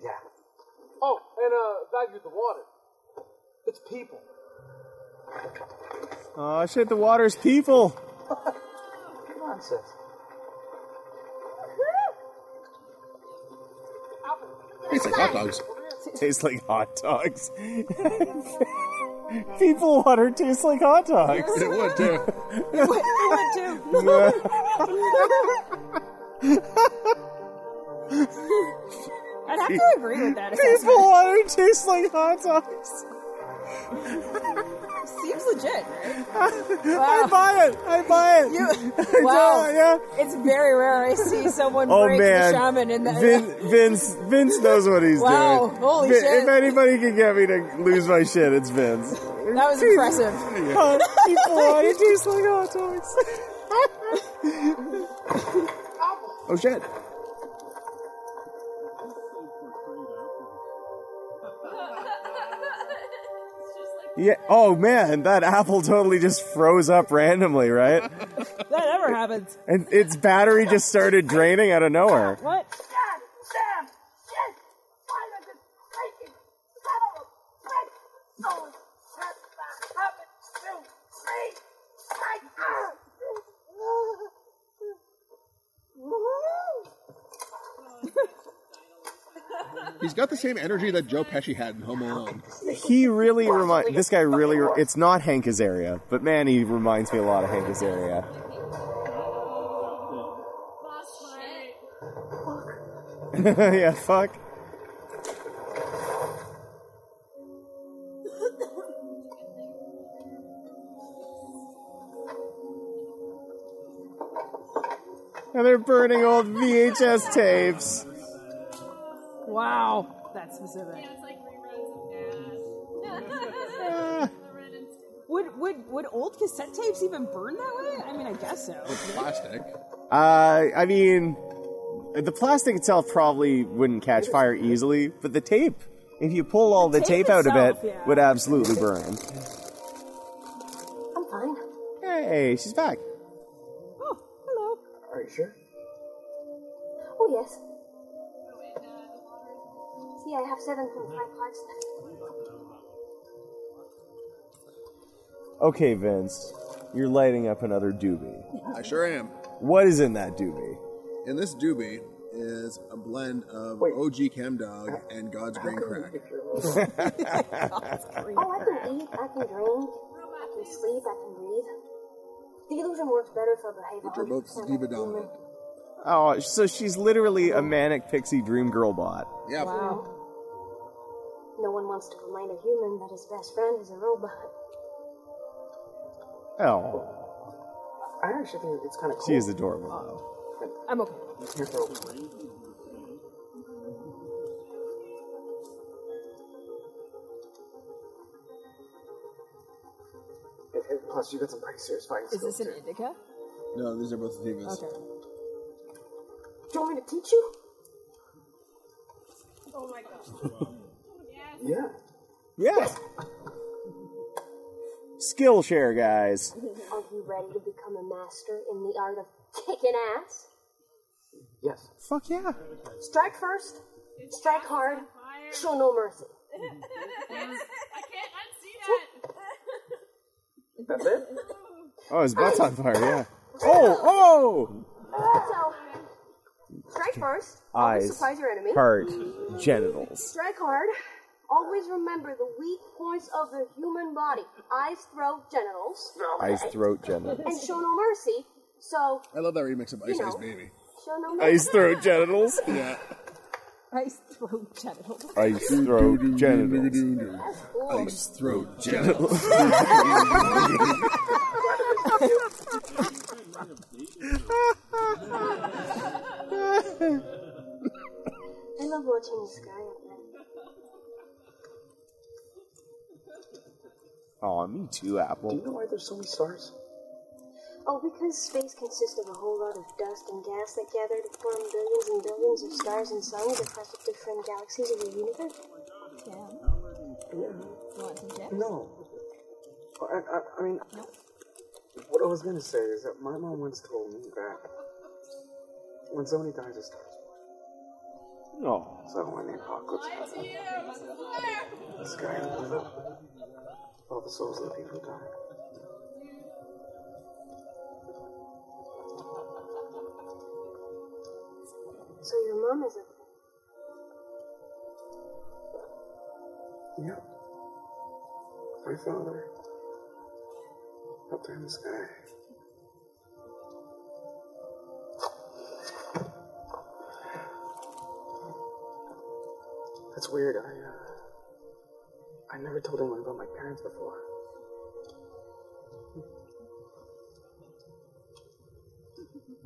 Speaker 16: Yeah.
Speaker 6: Oh, and uh, value the water. It's people.
Speaker 1: Oh shit! The water's people.
Speaker 16: Nonsense.
Speaker 8: Tastes like hot dogs.
Speaker 1: Tastes like hot dogs. [laughs] people water tastes like hot dogs.
Speaker 8: It would too.
Speaker 2: It would, it would
Speaker 1: Yeah.
Speaker 2: [laughs] I'd have to agree with
Speaker 1: [laughs]
Speaker 2: that.
Speaker 1: People
Speaker 2: assessment.
Speaker 1: water tastes like hot dogs.
Speaker 2: Seems legit. [laughs]
Speaker 1: I buy it. I buy it.
Speaker 2: You, wow, it's very rare I see someone
Speaker 1: Oh
Speaker 2: break
Speaker 1: man,
Speaker 2: the shaman in the.
Speaker 1: Vin, Vince Vince knows what he's
Speaker 2: Wow,
Speaker 1: doing.
Speaker 2: holy
Speaker 1: Vin-
Speaker 2: shit.
Speaker 1: If anybody can get me to lose my shit, it's Vince.
Speaker 2: that was impressive.
Speaker 1: Hot people water tastes like hot dogs. Oh shit! Yeah. Oh man, that apple totally just froze up randomly, right?
Speaker 2: that never happens.
Speaker 1: And its battery just started draining out of nowhere.
Speaker 2: What?
Speaker 15: He's got the same energy that Joe Pesci had in Home Alone.
Speaker 1: He really reminds. This guy really. Re- it's not Hank Azaria, but man, he reminds me a lot of Hank Azaria. [laughs] yeah, fuck. And they're burning old VHS tapes. [laughs]
Speaker 2: Wow, that's [laughs] specific. Would, would would old cassette tapes even burn that way? I mean, I guess so.
Speaker 15: Plastic.
Speaker 1: Uh, I mean, the plastic itself probably wouldn't catch fire easily, but the tape, if you pull all the,
Speaker 9: tape
Speaker 1: tape, out
Speaker 9: itself,
Speaker 1: of it,
Speaker 9: yeah.
Speaker 1: would absolutely burn.
Speaker 9: I'm fine.
Speaker 1: Hey, she's back.
Speaker 9: Oh, hello.
Speaker 6: Are you sure?
Speaker 9: Oh, yes. See, I have seven from five cards left.
Speaker 1: Okay, Vince, you're lighting up another doobie.
Speaker 15: I sure am.
Speaker 1: What is in that doobie?
Speaker 15: And this doobie is a blend of OG Chem Dog and God's Green
Speaker 1: [laughs]
Speaker 15: Crack.
Speaker 9: Oh, I can eat, I can drink, I can sleep, I can breathe. The illusion works better if I behave
Speaker 15: Which are both
Speaker 9: 100% like a
Speaker 15: diva
Speaker 9: human.
Speaker 15: dominant.
Speaker 1: Oh, so she's literally a manic pixie dream girl bot.
Speaker 15: Yeah.
Speaker 9: Wow. No one wants to remind a human that his best friend is a robot.
Speaker 1: Oh,
Speaker 6: I actually think it's kind of cool.
Speaker 1: she is adorable.
Speaker 2: I'm okay.
Speaker 6: Here, bro. And- and Plus, you got some pretty serious fighting
Speaker 2: Is
Speaker 6: skills.
Speaker 2: this an indica?
Speaker 15: No, these are both divas.
Speaker 2: Okay.
Speaker 9: Do you want me to teach you?
Speaker 2: Oh my gosh.
Speaker 6: Yeah.
Speaker 1: Yeah. Skillshare, guys.
Speaker 9: Are you ready to become a master in the art of kicking ass?
Speaker 6: Yes.
Speaker 1: Fuck yeah.
Speaker 9: Strike first, strike hard, show no mercy.
Speaker 17: I can't unsee that.
Speaker 6: That's it?
Speaker 1: Oh, his butt's on fire, yeah. Oh,
Speaker 9: So, strike first,
Speaker 1: oh!
Speaker 9: always
Speaker 1: Eyes,
Speaker 9: surprise your enemy.
Speaker 1: heart, genitals.
Speaker 9: Strike hard. Always remember the weak points of the human body eyes, throat, genitals.
Speaker 1: Eyes, throat,
Speaker 9: And
Speaker 1: genitals.
Speaker 9: show no mercy. So,
Speaker 15: I love that remix of Ice
Speaker 9: You
Speaker 15: Ice
Speaker 9: know.
Speaker 15: Baby.
Speaker 9: show no mercy.
Speaker 1: Eyes, throat, genitals.
Speaker 15: Yeah.
Speaker 2: Ice throat genitals.
Speaker 1: Eyes, throat, genitals.
Speaker 15: Ice throat
Speaker 1: genitals.
Speaker 9: I love watching the sky at night.
Speaker 1: Aw, me too,
Speaker 6: Do you
Speaker 1: Apple.
Speaker 6: know why there's so many stars?
Speaker 9: Oh, because space consists of a whole lot of dust and gas that gather to form billions and billions of stars and suns across the different galaxies of the universe.
Speaker 6: No. I, I, I mean, what I was gonna say is that my mom once told me that when somebody dies, a star's born.
Speaker 1: No.
Speaker 6: So when the apocalypse happens, the sky opens up. All the souls of the people who died.
Speaker 9: So your mom is a
Speaker 6: Yeah. My father. Up there in the sky. That's weird. I, uh, I never told anyone about my parents before.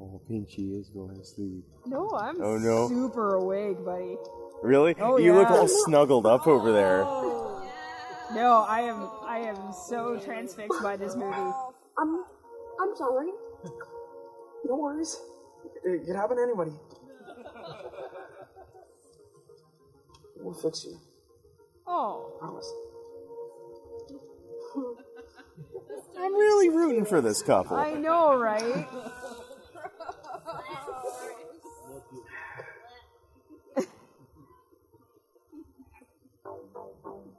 Speaker 1: Oh, Pinchy is going to sleep.
Speaker 2: No, I'm
Speaker 1: Oh, no.
Speaker 2: super awake, buddy.
Speaker 1: Really?
Speaker 2: Oh,
Speaker 1: you look
Speaker 2: yeah.
Speaker 1: all snuggled up over there.
Speaker 2: No, I am I am so transfixed by this [laughs] movie.
Speaker 9: I'm, I'm sorry.
Speaker 6: No worries. It could happen to anybody. [laughs] We'll fix you.
Speaker 2: Oh,
Speaker 6: Promise.
Speaker 1: really rooting for this couple.
Speaker 2: [laughs] I know, right?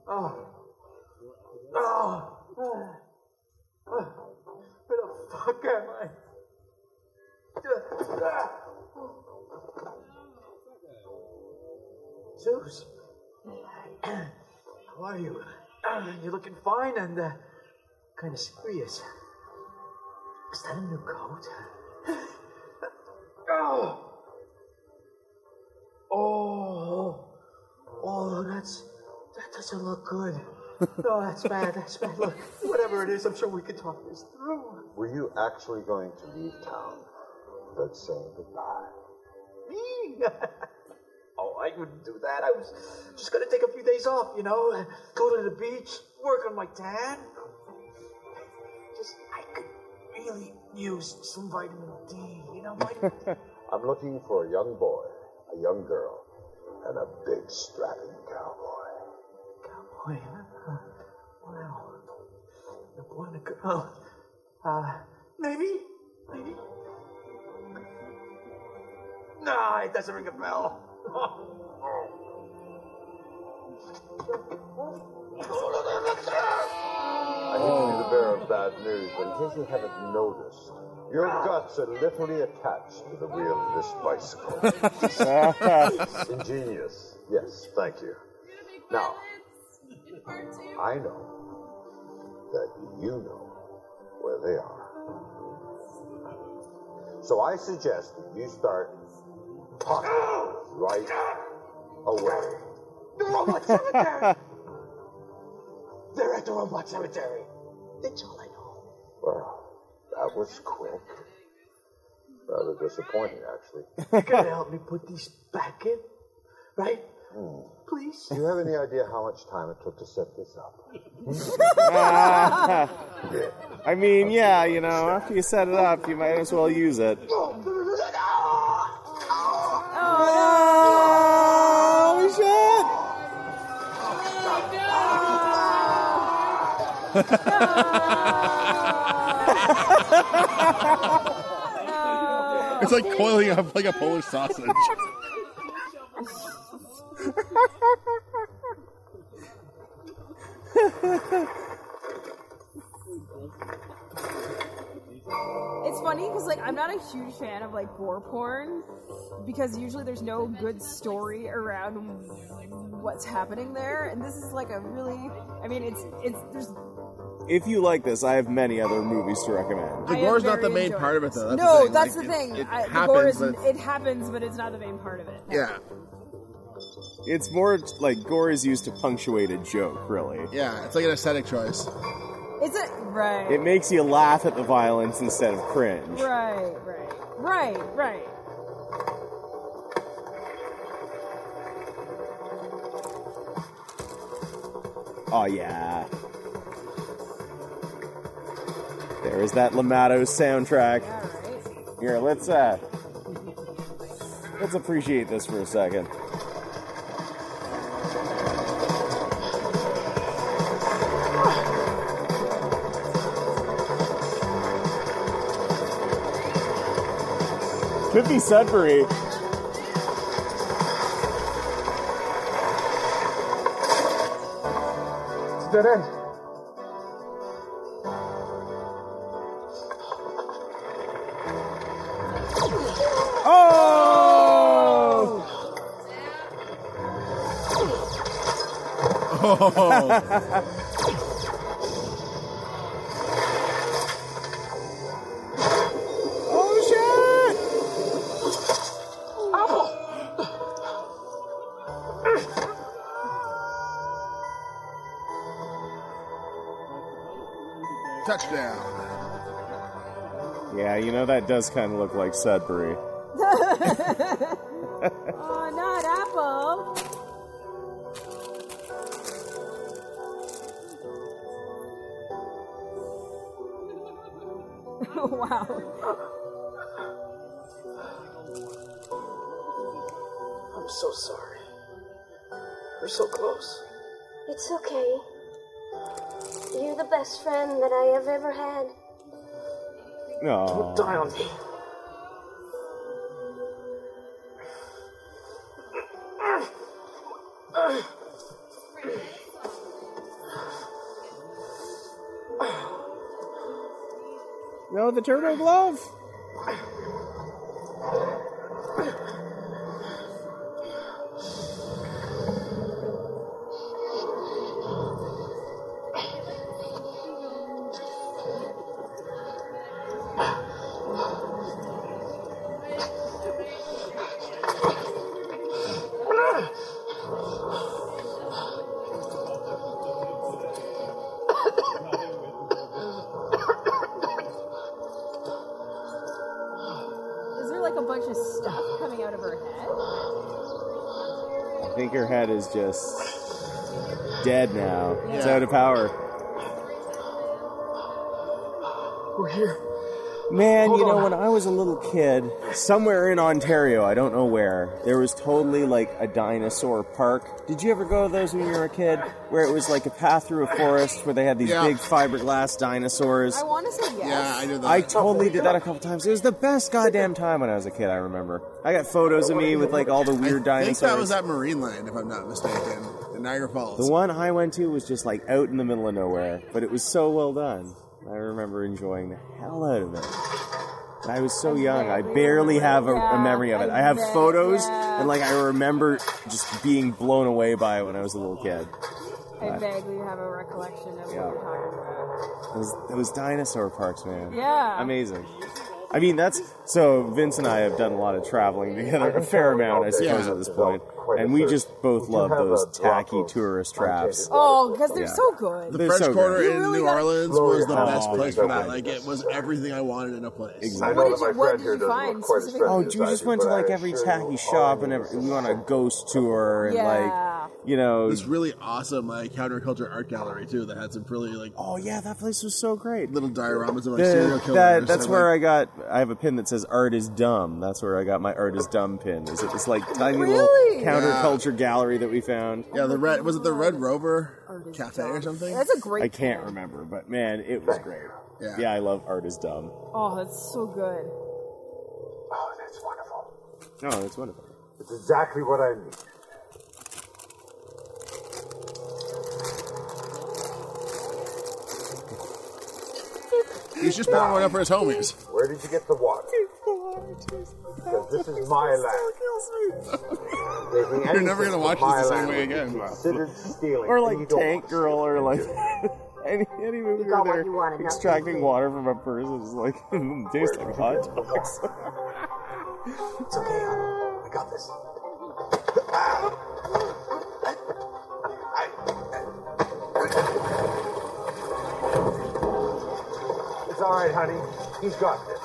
Speaker 6: Oh. Oh. Where the fuck am I? Zeus. How are you? You're looking fine and uh, kind of serious. Is that a new coat? Oh. Oh. Oh, that's. That doesn't look good. No, that's bad. That's bad. Look, whatever it is, I'm sure we can talk this through.
Speaker 4: Were you actually going to leave town without saying goodbye?
Speaker 6: Me? [laughs] oh, I wouldn't do that. I was just gonna take a few days off, you know, go to the beach, work on my tan. Just, I could really use some vitamin D, you know, vitamin D.
Speaker 4: I'm looking for a young boy, a young girl, and a big strapping cowboy.
Speaker 6: Boy, uh, wow. The boy and a girl. Uh, maybe? Maybe? No, it doesn't ring a bell.
Speaker 4: I hate to be the bearer of bad news, but in case you haven't noticed, your guts are literally attached to the wheel of this bicycle. Ingenious. Yes, thank you. Now, I know that you know where they are. So I suggest that you start talking right away.
Speaker 6: The robot cemetery! They're at the robot cemetery! That's all I know. [laughs]
Speaker 4: Well, Oh, that was quick. Rather disappointing, actually.
Speaker 6: You gotta help me put these back in, right? Mm. Please.
Speaker 4: Do you have any idea how much time it took to set this up?
Speaker 1: Uh, I mean, yeah, you know, after you set it up, you might as well use it.
Speaker 13: Oh, we
Speaker 18: should. It's like coiling up like a Polish sausage.
Speaker 2: it's funny because like I'm not a huge fan of like gore porn because usually there's no good story around what's happening there, and this is like a really I mean it's it's there's
Speaker 1: If you like this, I have many other movies to recommend.
Speaker 8: The
Speaker 2: I am
Speaker 8: gore's not
Speaker 2: very
Speaker 8: the main
Speaker 2: enjoying
Speaker 8: part of it, though. That's
Speaker 2: no,
Speaker 8: the thing.
Speaker 2: that's
Speaker 8: Like,
Speaker 2: the thing.
Speaker 8: It, it
Speaker 2: I, the
Speaker 8: happens,
Speaker 2: gore is,
Speaker 8: but it's-
Speaker 2: it happens, but it's not the main part of it.
Speaker 8: yeah,
Speaker 1: It's more like gore is used to punctuate a joke, really.
Speaker 8: yeah. It's like an
Speaker 1: [laughs]
Speaker 8: aesthetic choice.
Speaker 2: It's a right,
Speaker 1: It makes you laugh at the violence instead of cringe.
Speaker 2: right, right, right, right.
Speaker 1: Oh yeah. There is that Lamato soundtrack. Here, let's uh let's appreciate this for a second. Could be Sudbury.
Speaker 6: It's dead end.
Speaker 1: Oh! oh shit!
Speaker 6: Apple!
Speaker 8: Touchdown.
Speaker 1: Yeah, you know that does kind of look like Sudbury.
Speaker 2: [laughs] Oh, not Apple. [laughs] wow.
Speaker 6: I'm so sorry. We're so close.
Speaker 9: It's okay. You're the best friend that I have ever had.
Speaker 1: No.
Speaker 19: Die on me.
Speaker 1: No, the turbo glove.
Speaker 2: Is there like a bunch of stuff coming out of her head?
Speaker 1: I think her head is just dead now. It's
Speaker 2: Yeah.
Speaker 1: out of power.
Speaker 19: We're here.
Speaker 1: Man, you know, when I was a little kid, somewhere in Ontario, I don't know where, there was totally like a dinosaur park. Did you ever go to those when you were a kid? Where it was like a path through a forest where they had these
Speaker 8: Yeah.
Speaker 1: big fiberglass dinosaurs.
Speaker 6: I want to say yes.
Speaker 8: Yeah, I did that.
Speaker 1: I totally did that a couple times. It was the best goddamn time when I was a kid. I remember. I got photos of me with like all the weird
Speaker 8: I think
Speaker 1: dinosaurs.
Speaker 8: that was at Marine Land, if I'm not mistaken, in Niagara Falls.
Speaker 1: the one I went to was just like out in the middle of nowhere, but it was so well done. I remember enjoying the hell out of it. And I was so young. I barely have a, a memory of it. I have photos, and like I remember just being blown away by it when I was a little kid.
Speaker 2: I vaguely have a recollection of
Speaker 1: Yeah.
Speaker 2: what you're talking about.
Speaker 1: Those, those dinosaur parks, man.
Speaker 2: Yeah.
Speaker 1: Amazing. I mean, that's so. Vince and I have done a lot of traveling together, a fair amount, I suppose,
Speaker 8: Yeah.
Speaker 1: at this point. And we just both love those tacky tourist traps.
Speaker 2: Oh, because they're
Speaker 1: Yeah.
Speaker 2: so good.
Speaker 8: The
Speaker 1: They're
Speaker 8: French
Speaker 1: so
Speaker 8: Quarter
Speaker 1: good.
Speaker 8: in
Speaker 1: You
Speaker 8: New Orleans was the
Speaker 1: Oh,
Speaker 8: best place
Speaker 1: yeah.
Speaker 8: for that. Like, it was everything I wanted in a place.
Speaker 1: Exactly.
Speaker 2: What did you, what did you find specifically?
Speaker 1: Oh, dude, we just went to like every tacky shop and every, we went on a ghost tour and
Speaker 2: Yeah.
Speaker 1: like you know.
Speaker 8: This really awesome like counterculture art gallery too that had some really like
Speaker 1: oh yeah that place was so great
Speaker 8: little dioramas of like serial
Speaker 1: the-
Speaker 8: killers.
Speaker 1: that, that's
Speaker 8: and,
Speaker 1: where I got. I have a pin that says "Art is dumb." That's where I got my "Art is dumb" pin. Is it this like tiny
Speaker 2: Really?
Speaker 1: little counterculture gallery that we found?
Speaker 8: like, yeah the red was it the Red Rover Cafe or something?
Speaker 2: That's a great.
Speaker 1: I can't remember, but man, it was great.
Speaker 8: Yeah.
Speaker 1: I love art is dumb.
Speaker 2: Oh, that's so good.
Speaker 4: Oh, that's wonderful.
Speaker 1: No, that's Oh, wonderful.
Speaker 4: That's exactly what I need.
Speaker 8: He's just pouring one up for his homies.
Speaker 4: Where did you get the water? Because this is my land. Taking
Speaker 8: You're never gonna
Speaker 4: anything
Speaker 8: watch
Speaker 4: from my
Speaker 8: this the same
Speaker 4: land
Speaker 8: way
Speaker 4: would be
Speaker 8: again.
Speaker 4: Considered stealing.
Speaker 1: Or
Speaker 4: You "Oh,
Speaker 1: like
Speaker 4: don't
Speaker 1: Tank Girl, or like [laughs] any any movie where
Speaker 6: got what
Speaker 1: they're
Speaker 6: you wanted, nothing
Speaker 1: extracting water from a person is like [laughs] "Mm, tastes like hot dogs.
Speaker 4: It's okay, honey. I got this. It's all right, honey. He's got this.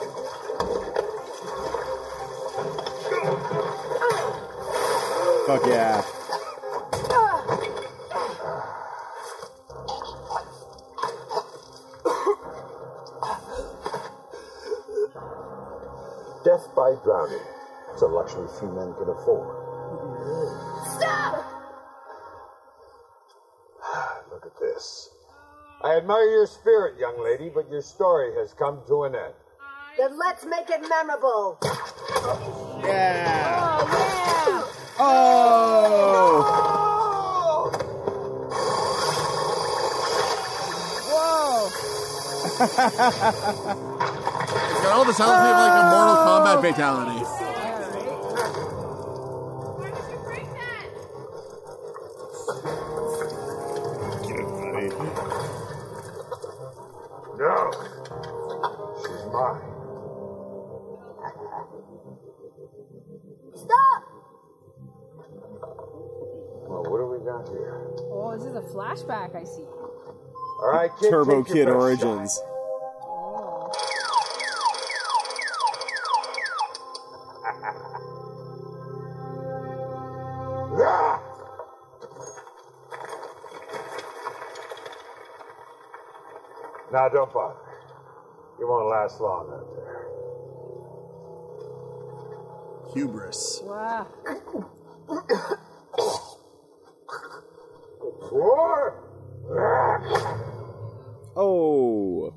Speaker 1: [laughs] Fuck yeah.
Speaker 20: Death by drowning. It's a luxury few men can afford.
Speaker 9: Stop!
Speaker 4: [sighs] Look at this. I admire your spirit, young lady, but your story has come to an end.
Speaker 6: Then let's make it memorable.
Speaker 1: Yeah.
Speaker 6: Oh
Speaker 1: Oh.
Speaker 21: [laughs]
Speaker 2: Whoa!
Speaker 8: It's got all the sounds of like a Mortal Kombat fatality.
Speaker 4: No. She's mine.
Speaker 9: Stop!
Speaker 4: Well, what do we got here?
Speaker 2: Oh, this is a flashback. I see.
Speaker 4: All right, kid.
Speaker 1: Turbo
Speaker 4: take your
Speaker 1: Kid
Speaker 4: best
Speaker 1: Origins.
Speaker 4: shot. Ah! Now, don't bother. You won't last long out there.
Speaker 8: Hubris.
Speaker 2: Wow.
Speaker 4: War? Ah!
Speaker 1: Oh.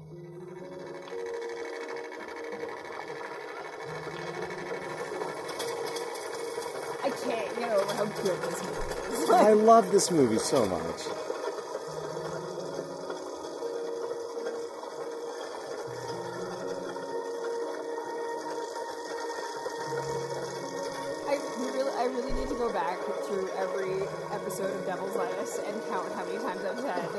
Speaker 2: I can't get over how good this movie is. [laughs]
Speaker 1: I love this movie so much.
Speaker 2: I really, I really need to go back through every episode of Devil's Lettuce and count how many times I've said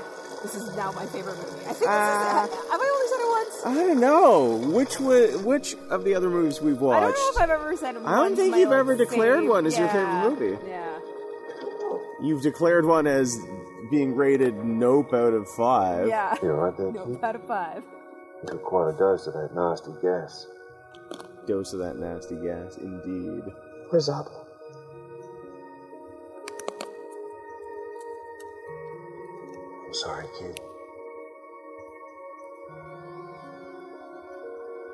Speaker 2: this is now my favorite movie. I think this is,
Speaker 1: Uh,
Speaker 2: have I only said it once?
Speaker 1: I don't know which wa- which of the other movies we've
Speaker 2: I
Speaker 1: watched.
Speaker 2: don't know if I've ever said.
Speaker 1: I don't
Speaker 2: one's
Speaker 1: think
Speaker 2: my
Speaker 1: you've
Speaker 2: own
Speaker 1: ever declared
Speaker 2: fave.
Speaker 1: one as your
Speaker 2: Yeah,
Speaker 1: favorite movie.
Speaker 2: Yeah.
Speaker 1: You've declared one as being rated nope out of five.
Speaker 2: Yeah. [laughs]
Speaker 15: You all right there,
Speaker 2: Nope, out of five.
Speaker 15: Took quite a dose of that nasty gas.
Speaker 1: Dose of that nasty gas, indeed.
Speaker 6: Where's Abel?
Speaker 15: I'm sorry, kid.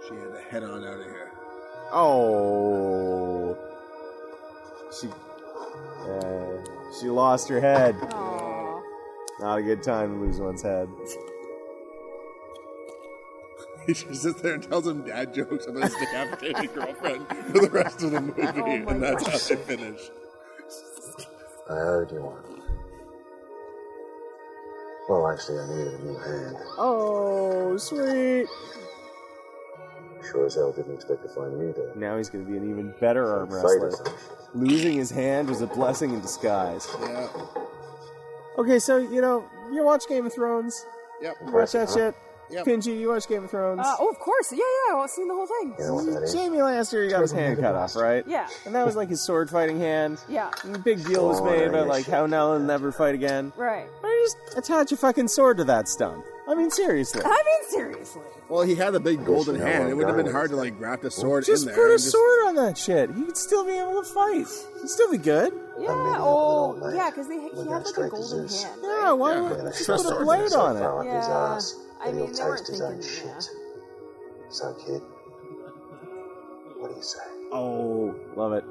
Speaker 8: She had to head on out of here.
Speaker 21: [laughs]
Speaker 1: Oh, she uh, she lost her head. Not a good time to lose one's head.
Speaker 21: He just sits there and tells him dad jokes about his decapitated [laughs] girlfriend for the rest of the movie,
Speaker 1: Oh
Speaker 21: and that's how they finish.
Speaker 15: I owed you one. Well, actually, I needed a new hand.
Speaker 1: Oh, sweet.
Speaker 15: Sure as hell didn't expect to find you there.
Speaker 1: Now he's going to be an even better arm
Speaker 15: Fight
Speaker 1: wrestler.
Speaker 15: or some
Speaker 1: Losing his hand was a blessing in disguise. Okay, so you know you watch Game of Thrones.
Speaker 21: Yep.
Speaker 1: You watch that shit.
Speaker 21: Yep.
Speaker 1: Pinji, you watch Game of Thrones.
Speaker 2: Uh, oh, of course. Yeah, yeah. I've seen the whole thing.
Speaker 1: Jamie Lannister got his hand cut off, right?
Speaker 2: Yeah.
Speaker 1: And that was like his sword fighting hand.
Speaker 2: Yeah.
Speaker 1: And a big deal was made about like how now he'll never fight again.
Speaker 2: Right.
Speaker 1: Attach a fucking sword to that stump. I mean, seriously.
Speaker 2: I mean, seriously.
Speaker 8: Well, he had the big golden
Speaker 1: you know
Speaker 8: hand.
Speaker 1: I'm
Speaker 8: It would have been
Speaker 1: going.
Speaker 8: hard to like wrap the sword
Speaker 1: just
Speaker 8: in there.
Speaker 1: put a
Speaker 8: and just-
Speaker 1: sword on that shit. He could still be able to fight. He'd still be good.
Speaker 2: Yeah. Oh, yeah. Because he had like a golden hand.
Speaker 1: Yeah, why would
Speaker 15: Yeah.
Speaker 1: just
Speaker 15: Trust
Speaker 1: put a
Speaker 15: him.
Speaker 1: blade on
Speaker 15: Yeah.
Speaker 1: it?
Speaker 15: his
Speaker 2: Yeah.
Speaker 15: ass,
Speaker 2: I
Speaker 15: and he'll
Speaker 2: mean, they weren't
Speaker 15: taste his own
Speaker 2: thinking. Yeah.
Speaker 15: So, kid, what do you say?
Speaker 1: [laughs] Oh, love it.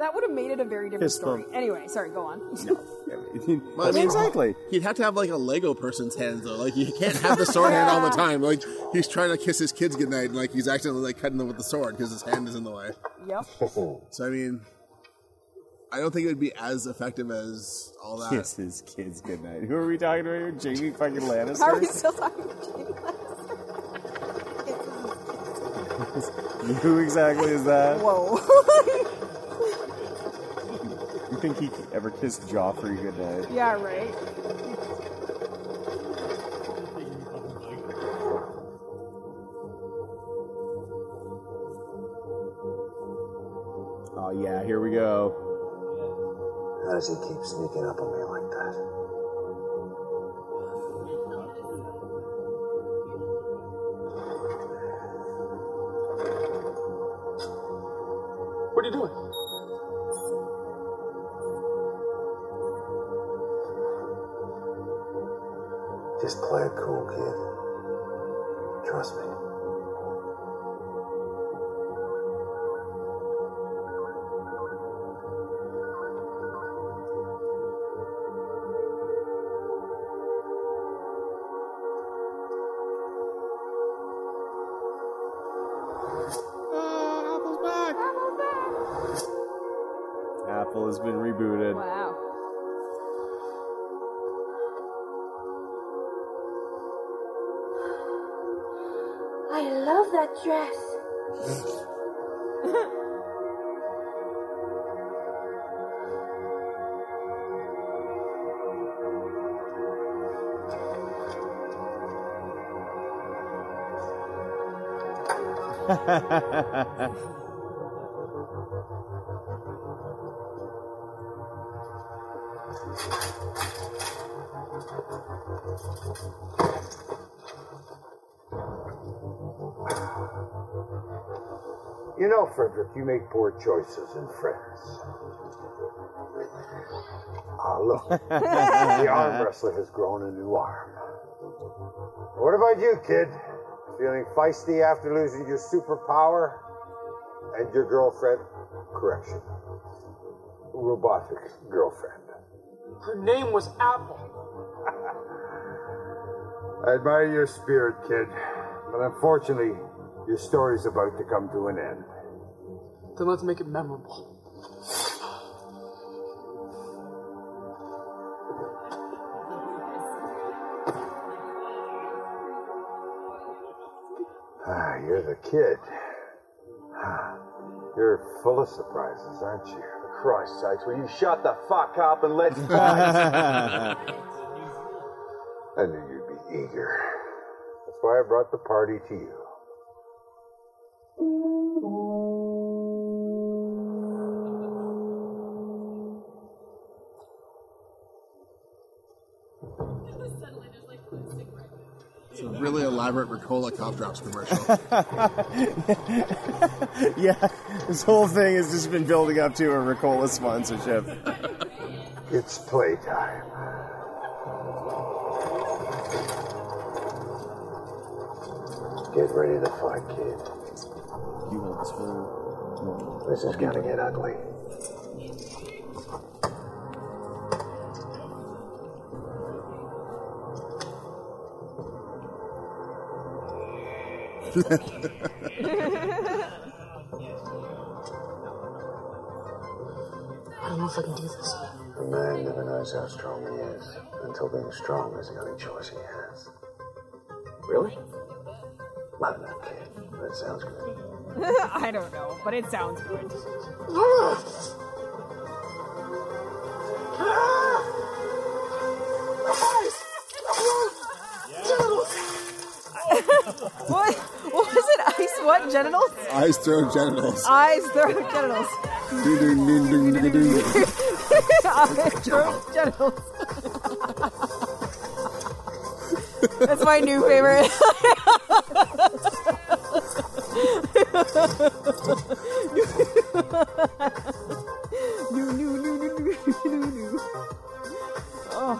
Speaker 2: That would have made it a very different
Speaker 8: Fist
Speaker 2: story.
Speaker 8: bump.
Speaker 2: Anyway, sorry. Go on.
Speaker 8: Well, I mean,
Speaker 1: exactly.
Speaker 8: He'd have to have like a Lego person's hands though. Like he can't have the sword hand all the time. Like he's trying to kiss his kids goodnight, and like he's accidentally like cutting them with the sword because his hand is in the way.
Speaker 2: Yep.
Speaker 8: So I mean, I don't think it would be as effective as all that.
Speaker 1: Kiss his kids goodnight. Who are we talking about here? Jamie fucking Lannister.
Speaker 2: [laughs] How are we still talking?
Speaker 1: [laughs] Who exactly is that?
Speaker 2: Whoa. [laughs]
Speaker 1: You think he ever kissed Joffrey goodnight?
Speaker 2: yeah. Right.
Speaker 1: Oh yeah, here we go.
Speaker 15: How does he keep sneaking up on me like that?
Speaker 6: What are you doing?
Speaker 15: Just play it cool, kid. Trust me.
Speaker 1: Apple has been rebooted.
Speaker 2: Wow.
Speaker 9: I love that dress.
Speaker 4: You know, Frederick, you make poor choices in friends. Ah, look. the arm wrestler has grown a new arm. What about you, kid? Feeling feisty after losing your superpower? And your girlfriend? Correction. Robotic girlfriend.
Speaker 6: Her name was Apple.
Speaker 4: I admire your spirit, kid, but unfortunately, your story's about to come to an end.
Speaker 22: Then let's make it memorable.
Speaker 4: Ah, you're the kid. Ah, You're full of surprises, aren't you?
Speaker 23: For Christ's sakes, will you shut the fuck up and let's
Speaker 4: [laughs]
Speaker 23: fight?
Speaker 4: I knew you'd be eager. That's why I brought the party to you.
Speaker 8: It's a really elaborate Ricola cough drops commercial.
Speaker 1: [laughs]
Speaker 8: [laughs]
Speaker 1: yeah, this whole thing has just been building up to a Ricola sponsorship.
Speaker 4: it's playtime. Get ready to fight, kid.
Speaker 24: You want this whole.
Speaker 4: This is gonna get ugly.
Speaker 22: I don't know if I can do this.
Speaker 4: A man never knows how strong he is until being strong is the only choice he has.
Speaker 22: Really?
Speaker 4: Not enough, kid. That sounds good.
Speaker 2: I don't know, but it sounds good. what? What was it? Ice what? Genitals?
Speaker 8: Eyes throw genitals.
Speaker 2: Eyes throw genitals.
Speaker 8: Ding, ding, ding, ding, ding, ding.
Speaker 2: Eyes throw genitals. [laughs] That's my new favorite. no, no, no, no, no, no, no. Oh,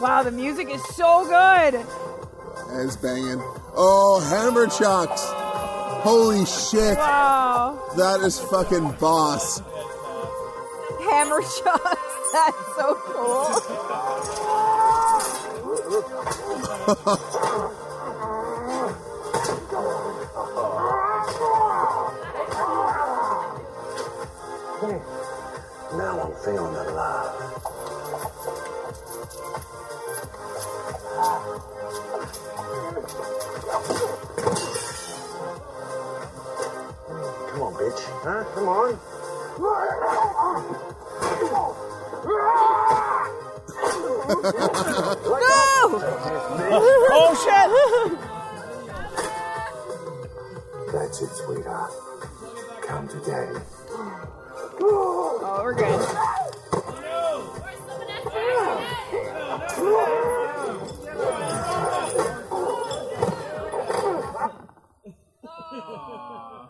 Speaker 2: wow, the music is so good.
Speaker 8: As banging. Oh, hammer chucks. Holy shit.
Speaker 2: Wow.
Speaker 8: That is fucking boss.
Speaker 2: Hammer shots. [laughs] That's so cool.
Speaker 4: Now I'm feeling alive. Come on, bitch. Huh? Come on.
Speaker 2: oh
Speaker 4: That's it, sweetheart. Come to daddy.
Speaker 2: shit! oh, we're good.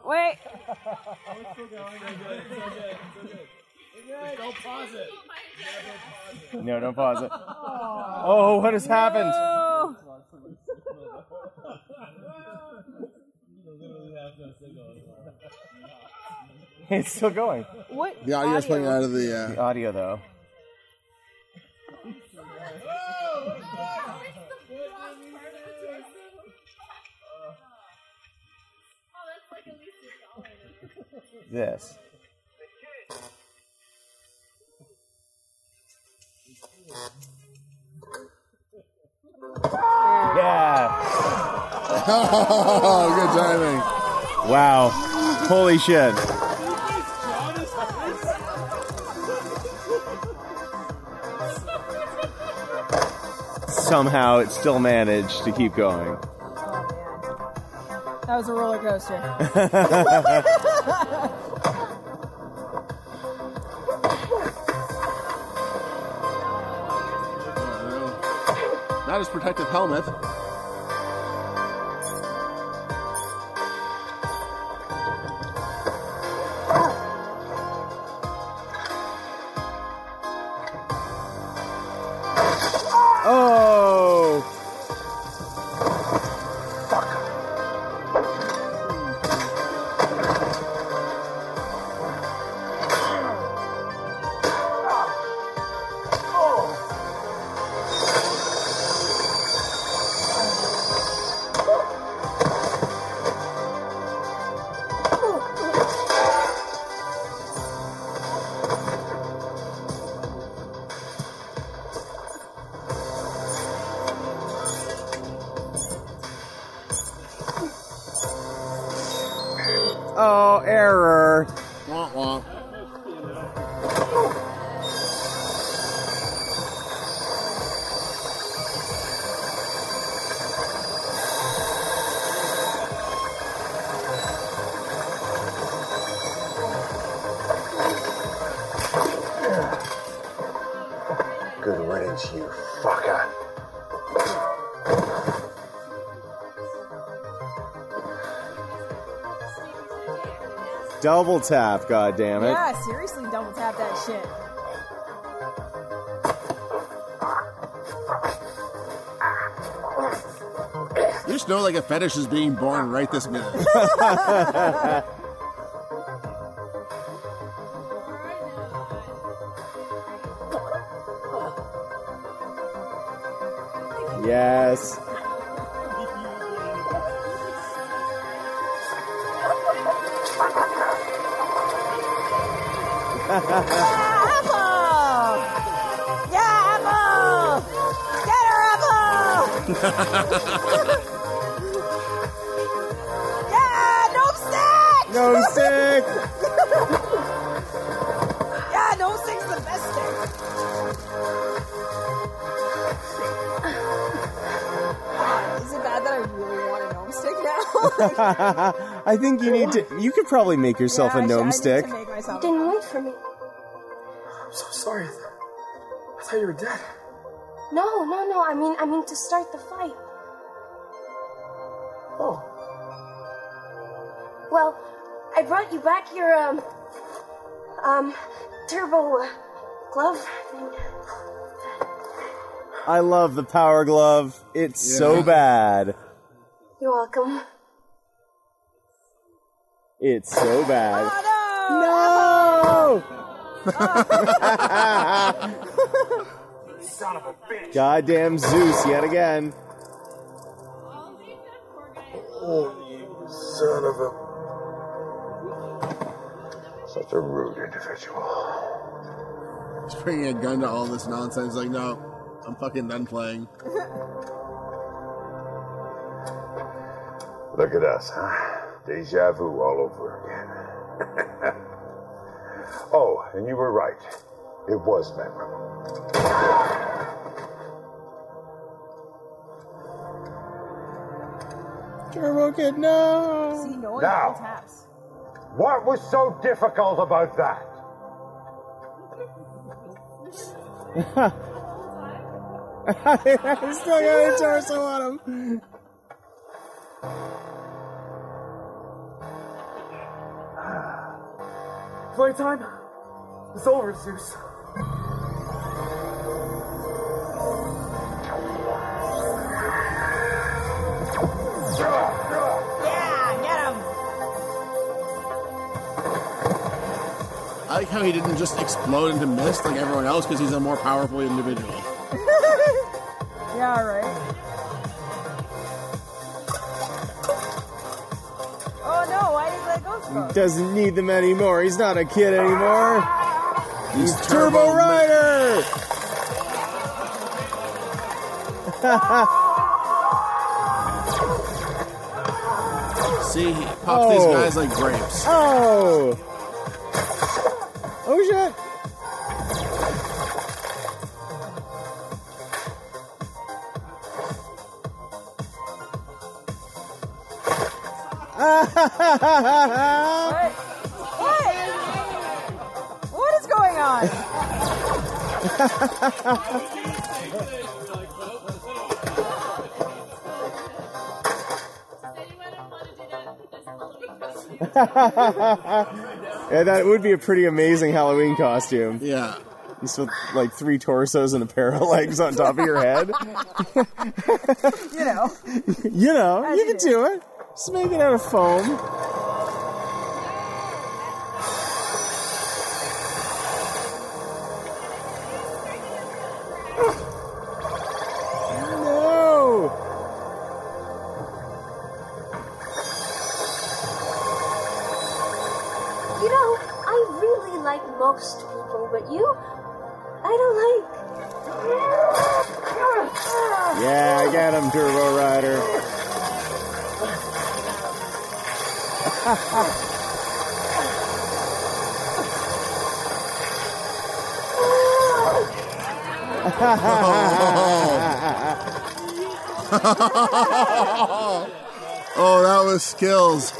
Speaker 2: Wait.
Speaker 15: Don't pause it.
Speaker 1: No, don't pause it. Oh, what has happened?
Speaker 2: No.
Speaker 1: It's still going.
Speaker 2: What?
Speaker 8: The audio's playing out of the. Uh,
Speaker 1: The audio, though. This. Yeah.
Speaker 8: oh, good timing.
Speaker 1: Wow. Holy shit. Somehow it still managed to keep going.
Speaker 2: That was a roller coaster.
Speaker 8: Not his protective helmet.
Speaker 1: Oh! Oh, error.
Speaker 8: Womp womp.
Speaker 25: Good riddance, you fucker.
Speaker 1: Double tap, God damn it!
Speaker 2: Yeah, seriously, double tap that shit.
Speaker 8: You just know like a fetish is being born right this minute.
Speaker 1: yes.
Speaker 26: Yeah, Apple! Yeah, Apple! Get her, Apple! Yeah, no stick!
Speaker 1: No stick! [laughs]
Speaker 26: yeah, no stick's the best stick.
Speaker 2: Is it bad that I really want a gnome stick now?
Speaker 1: I think you need to. You could probably make yourself
Speaker 2: Yeah, I
Speaker 1: a
Speaker 2: should- I
Speaker 1: gnome
Speaker 2: need to
Speaker 1: stick.
Speaker 2: make myself-
Speaker 9: Didn't wait for me.
Speaker 6: I'm so sorry. I thought you were dead.
Speaker 9: No, no, no. I mean, I mean to start the fight.
Speaker 6: Oh.
Speaker 9: Well, I brought you back your um, um, turbo uh, glove thing.
Speaker 1: I love the power glove. It's so bad.
Speaker 9: You're welcome.
Speaker 1: It's so bad.
Speaker 9: Oh
Speaker 6: Son of a bitch.
Speaker 1: [laughs] Goddamn Zeus yet again.
Speaker 27: Oh, you son of a.
Speaker 4: Such a rude individual.
Speaker 8: He's bringing a gun to all this nonsense. Like, no, I'm fucking done playing.
Speaker 4: Look at us, huh? Deja vu all over again. [laughs] oh, and you were right. It was memorable.
Speaker 1: Turbo Kid, no!
Speaker 15: [laughs]
Speaker 2: See, no one
Speaker 4: Now.
Speaker 2: double taps.
Speaker 4: What was so difficult about that?
Speaker 1: I still got a torso on him.
Speaker 6: Playtime? It's over, Zeus.
Speaker 2: Yeah, get him!
Speaker 8: I like how he didn't just explode into mist like everyone else because he's a more powerful individual.
Speaker 2: [laughs] yeah, right. Oh no, why did you let go so?
Speaker 1: Doesn't need them anymore. He's not a kid anymore. He's
Speaker 8: Turbo
Speaker 1: Turbo Rider!
Speaker 8: See, he pops
Speaker 1: Oh.
Speaker 8: these guys like grapes.
Speaker 1: oh! Oh shit! [laughs]
Speaker 2: What? What? What is going
Speaker 1: [laughs]
Speaker 2: on?
Speaker 1: yeah, that would be a pretty amazing Halloween costume.
Speaker 8: Yeah.
Speaker 1: Just with like three torsos and a pair of legs on top of your head.
Speaker 2: [laughs] You know.
Speaker 1: [laughs] You know,
Speaker 2: As
Speaker 1: you
Speaker 2: you
Speaker 1: can
Speaker 2: do.
Speaker 1: do it. Just make it out of foam. [sighs] No!
Speaker 9: You know, I really like most people, but you, I don't like.
Speaker 1: Yeah, I got him, Turbo Rider.
Speaker 8: oh. oh, that was skills.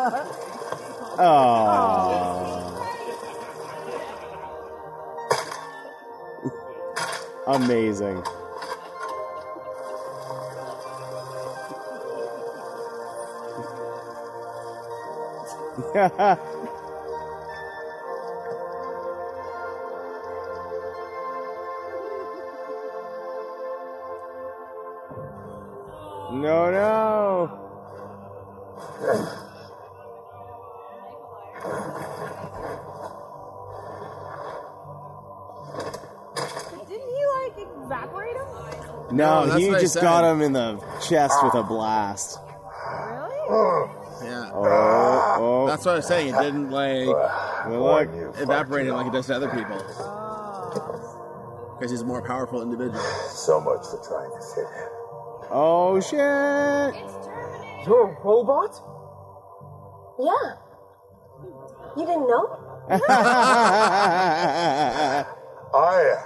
Speaker 1: [laughs]
Speaker 15: Umbrella.
Speaker 1: Aww. Amazing. no, no.
Speaker 28: Didn't he like evaporate him?
Speaker 1: No,
Speaker 8: No, Oh, that's
Speaker 1: he
Speaker 8: what I
Speaker 1: just
Speaker 8: said.
Speaker 1: got him in the chest with a blast.
Speaker 8: Yeah.
Speaker 1: Oh, oh.
Speaker 8: That's what I was saying. It didn't like
Speaker 1: look.
Speaker 8: evaporate it like it does to other people. Because he's a more powerful individual.
Speaker 4: So much for trying to fit in.
Speaker 1: Oh shit! [laughs]
Speaker 6: You're a robot?
Speaker 9: Yeah. You didn't know?
Speaker 4: I am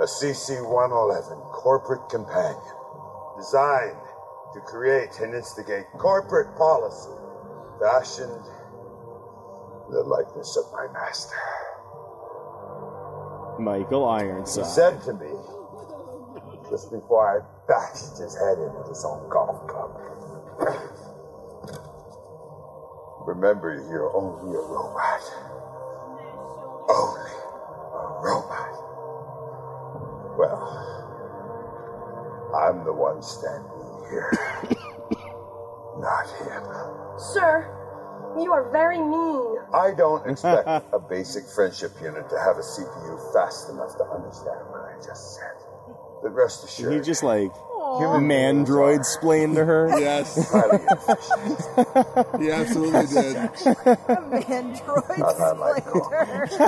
Speaker 4: a CC 111 corporate companion designed to create and instigate corporate policy fashioned in the likeness of my master.
Speaker 1: Michael
Speaker 4: He
Speaker 1: Ironside.
Speaker 4: said to me just before I bashed his head into his own golf club. Remember, you're only a robot. Only a robot. Well, I'm the one standing here, [coughs] not him.
Speaker 9: Sir, you are very mean.
Speaker 4: I don't expect [laughs] a basic friendship unit to have a CPU fast enough to understand what I just said. But rest assured,
Speaker 1: He just like
Speaker 4: Human
Speaker 1: mandroid splained to her.
Speaker 8: Yes.
Speaker 1: [laughs] he
Speaker 8: He absolutely did.
Speaker 15: Mandroid
Speaker 4: Not unlike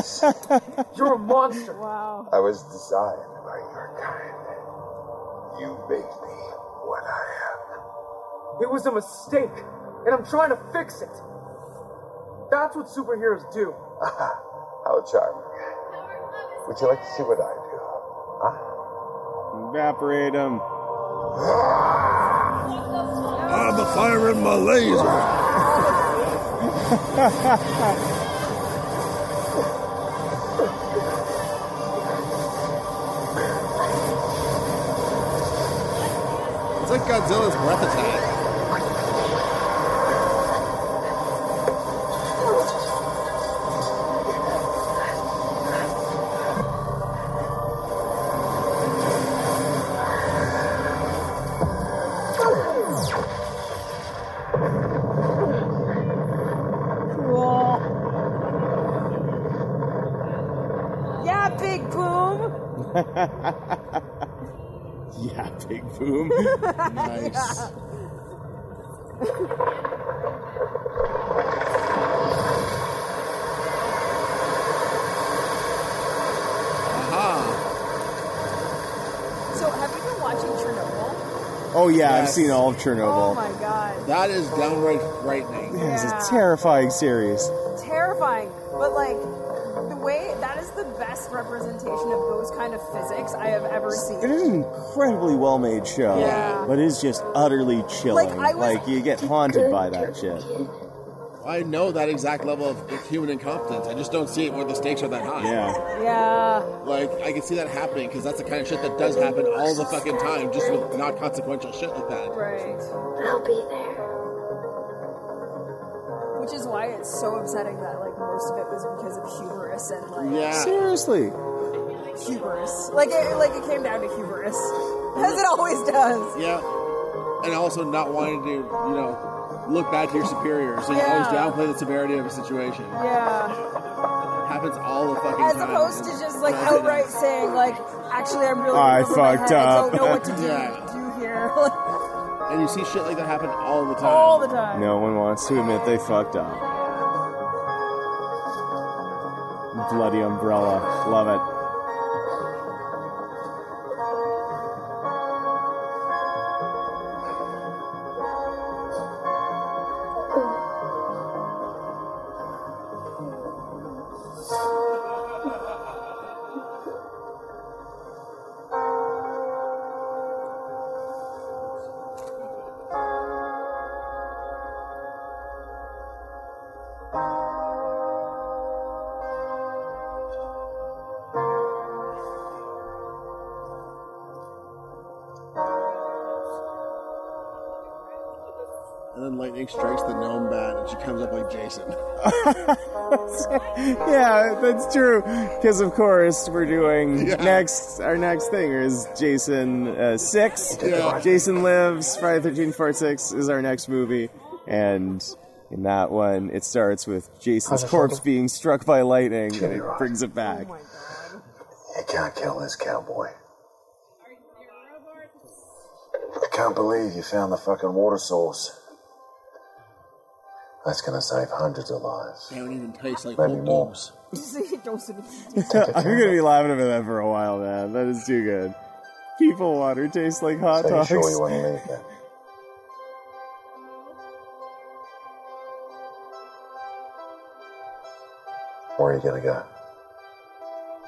Speaker 15: splinter.
Speaker 6: You're a monster.
Speaker 15: Wow.
Speaker 4: I was designed by your kind. You made me what I am.
Speaker 6: It was a mistake, and I'm trying to fix it. That's what superheroes do.
Speaker 4: How charming. Would you like to see what I do? Huh?
Speaker 1: Evaporate him.
Speaker 29: I'm a fire in my laser.
Speaker 8: It's like Godzilla's breath attack.
Speaker 15: Cool. Yeah, big boom.
Speaker 1: yeah, big boom.
Speaker 8: Nice. Aha.
Speaker 2: So, have you been watching Chernobyl?
Speaker 1: Oh yeah, I've
Speaker 8: Yes.
Speaker 1: seen all of
Speaker 2: Oh
Speaker 1: Chernobyl.
Speaker 2: my god.
Speaker 8: That is downright frightening.
Speaker 1: That is
Speaker 2: Yeah.
Speaker 1: a terrifying series.
Speaker 2: Terrifying. But, like, the way that is the best representation of those kind of physics I have ever seen.
Speaker 1: It is an incredibly well made show,
Speaker 2: Yeah.
Speaker 1: but it's just utterly chilling.
Speaker 2: Like, I was-
Speaker 1: like you get haunted by that shit.
Speaker 8: I know that exact level of human incompetence. I just don't see it where the stakes are that high.
Speaker 1: Yeah.
Speaker 2: Yeah.
Speaker 8: Like, I can see that happening because that's the kind of shit that does happen all the fucking time, just with not consequential shit like that.
Speaker 2: Right.
Speaker 9: I'll be there.
Speaker 2: Which is why it's so upsetting that, like, most of it was because of hubris and, like,
Speaker 8: Yeah.
Speaker 1: Seriously.
Speaker 2: hubris. Like it, like it came down to hubris, [laughs] as it always does.
Speaker 8: Yeah. And also not wanting to, you know, look bad to your superiors. So you
Speaker 2: Yeah.
Speaker 8: always downplay the severity of a situation.
Speaker 2: Yeah.
Speaker 8: happens all the fucking
Speaker 2: As
Speaker 8: time.
Speaker 2: opposed to just like
Speaker 8: Drives me
Speaker 2: outright
Speaker 8: nuts.
Speaker 2: saying like, actually, I'm really
Speaker 1: I
Speaker 2: over my
Speaker 1: fucked
Speaker 2: head. I
Speaker 1: up.
Speaker 2: don't know what to do,
Speaker 8: Yeah.
Speaker 2: do here. [laughs] Like,
Speaker 8: And you see shit like that happen all the time.
Speaker 2: all the time.
Speaker 1: No one wants to admit they fucked up. Bloody umbrella. Love it.
Speaker 8: And then lightning strikes the gnome bat, and she comes up like Jason. [laughs]
Speaker 1: [laughs] yeah, that's true. Because of course we're doing next. Our next thing is Jason uh, six.
Speaker 8: Yeah.
Speaker 1: Jason lives. Friday thirteenth part six is our next movie, and in that one it starts with Jason's
Speaker 30: Honest,
Speaker 1: corpse
Speaker 30: Uncle?
Speaker 1: being struck by lightning,
Speaker 30: Give
Speaker 1: and
Speaker 30: me
Speaker 1: it
Speaker 30: rock.
Speaker 1: brings it back.
Speaker 4: You can't kill this cowboy. I can't believe you found the fucking water source. That's gonna save hundreds of lives.
Speaker 8: They don't even taste like
Speaker 4: Maybe
Speaker 8: old
Speaker 4: more.
Speaker 8: dogs.
Speaker 1: [laughs] I'm gonna be laughing about that for a while, man. That is too good. People water tastes like hot
Speaker 4: So you
Speaker 1: dogs.
Speaker 4: sure you want to leave then? Where are you gonna go?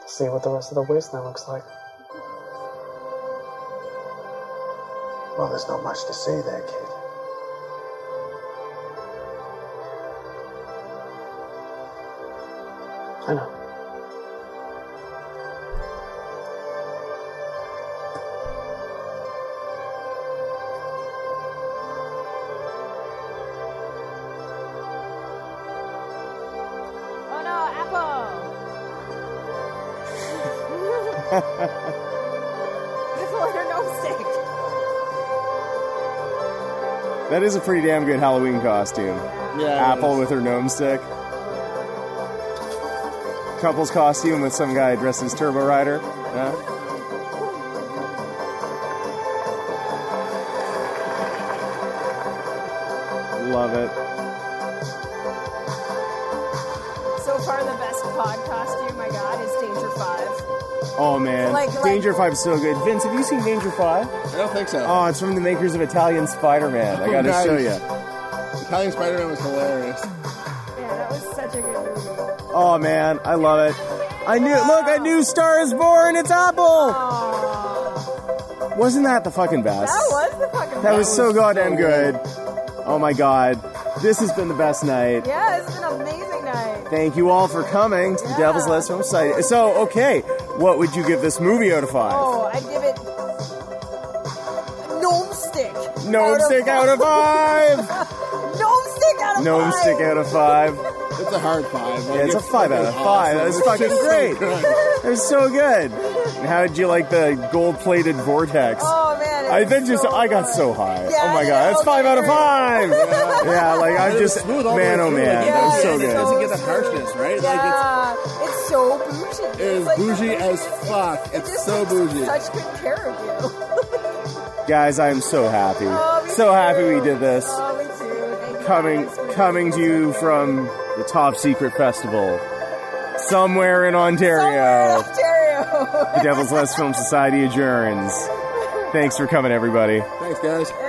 Speaker 6: See what the rest of the wasteland looks like.
Speaker 4: Well, there's not much to see there, kid.
Speaker 6: I know.
Speaker 2: Oh no, Apple! Apple and her nose stick.
Speaker 1: That is a pretty damn good Halloween costume.
Speaker 8: Yeah, it
Speaker 1: Apple
Speaker 8: is.
Speaker 1: with her gnome stick. Couple's costume with some guy dressed as Turbo Rider. Yeah. Love it.
Speaker 2: So far, the best pod costume I got is Danger Five.
Speaker 1: Oh man,
Speaker 2: Like- like-
Speaker 1: Danger Five's so good. Vince, have you seen Danger Five?
Speaker 8: I don't think so.
Speaker 1: Oh, it's from the makers of Italian Spider-Man. I
Speaker 2: [laughs]
Speaker 1: gotta
Speaker 8: Nice.
Speaker 1: show you.
Speaker 8: Italian Spider Man was hilarious.
Speaker 2: Yeah, that was such a good movie.
Speaker 1: Oh man, I love it. I knew. Look, I knew Star is Born. It's Apple. Wasn't that the fucking best?
Speaker 2: That was the fucking.
Speaker 1: That was
Speaker 2: best.
Speaker 1: so goddamn good. Oh my god, this has been the best night.
Speaker 2: Yeah, it's been an amazing night.
Speaker 1: Thank you all for coming to the Devil's Last Home Site. So, okay, what would you give this movie out of five?
Speaker 2: Oh, I give it. Gnome stick.
Speaker 1: Gnome stick out of
Speaker 2: [laughs]
Speaker 1: five.
Speaker 2: Gnome stick out of
Speaker 1: Gnome
Speaker 2: five.
Speaker 1: stick out of five.
Speaker 8: It's a hard five.
Speaker 1: Yeah, it's a five out of five. That was fucking great. It was so good. And how did you like the gold-plated vortex?
Speaker 2: Oh man. it
Speaker 1: I
Speaker 2: was
Speaker 1: then just
Speaker 2: so
Speaker 1: I got
Speaker 2: good.
Speaker 1: so high.
Speaker 2: Yeah,
Speaker 1: oh my god,
Speaker 2: I know,
Speaker 1: that's five out of
Speaker 2: man. [laughs]
Speaker 1: five. Yeah,
Speaker 2: er
Speaker 1: like I'm
Speaker 8: It was
Speaker 1: just
Speaker 8: smooth all the way
Speaker 1: man, oh
Speaker 8: through.
Speaker 1: man,
Speaker 8: Yeah,
Speaker 1: that was so
Speaker 8: it's
Speaker 1: good.
Speaker 8: so Doesn't get the harshness, right? Like, it's-
Speaker 2: Yeah, it's, so bougie.
Speaker 8: It is
Speaker 2: It's like-
Speaker 8: bougie as fuck.
Speaker 2: It
Speaker 8: It's
Speaker 2: just
Speaker 8: so
Speaker 2: takes
Speaker 8: bougie.
Speaker 2: Such good care of you.
Speaker 1: Guys, I am so happy,
Speaker 2: Oh, me
Speaker 1: so happy we
Speaker 2: too.
Speaker 1: did this.
Speaker 2: Oh, me too. Thank you
Speaker 1: Coming,
Speaker 2: guys for-
Speaker 1: coming to you from the Top Secret Festival, somewhere in Ontario.
Speaker 2: Ontario. [laughs]
Speaker 1: The Devil's Last Film Society adjourns. Thanks for coming, everybody.
Speaker 8: Thanks, guys.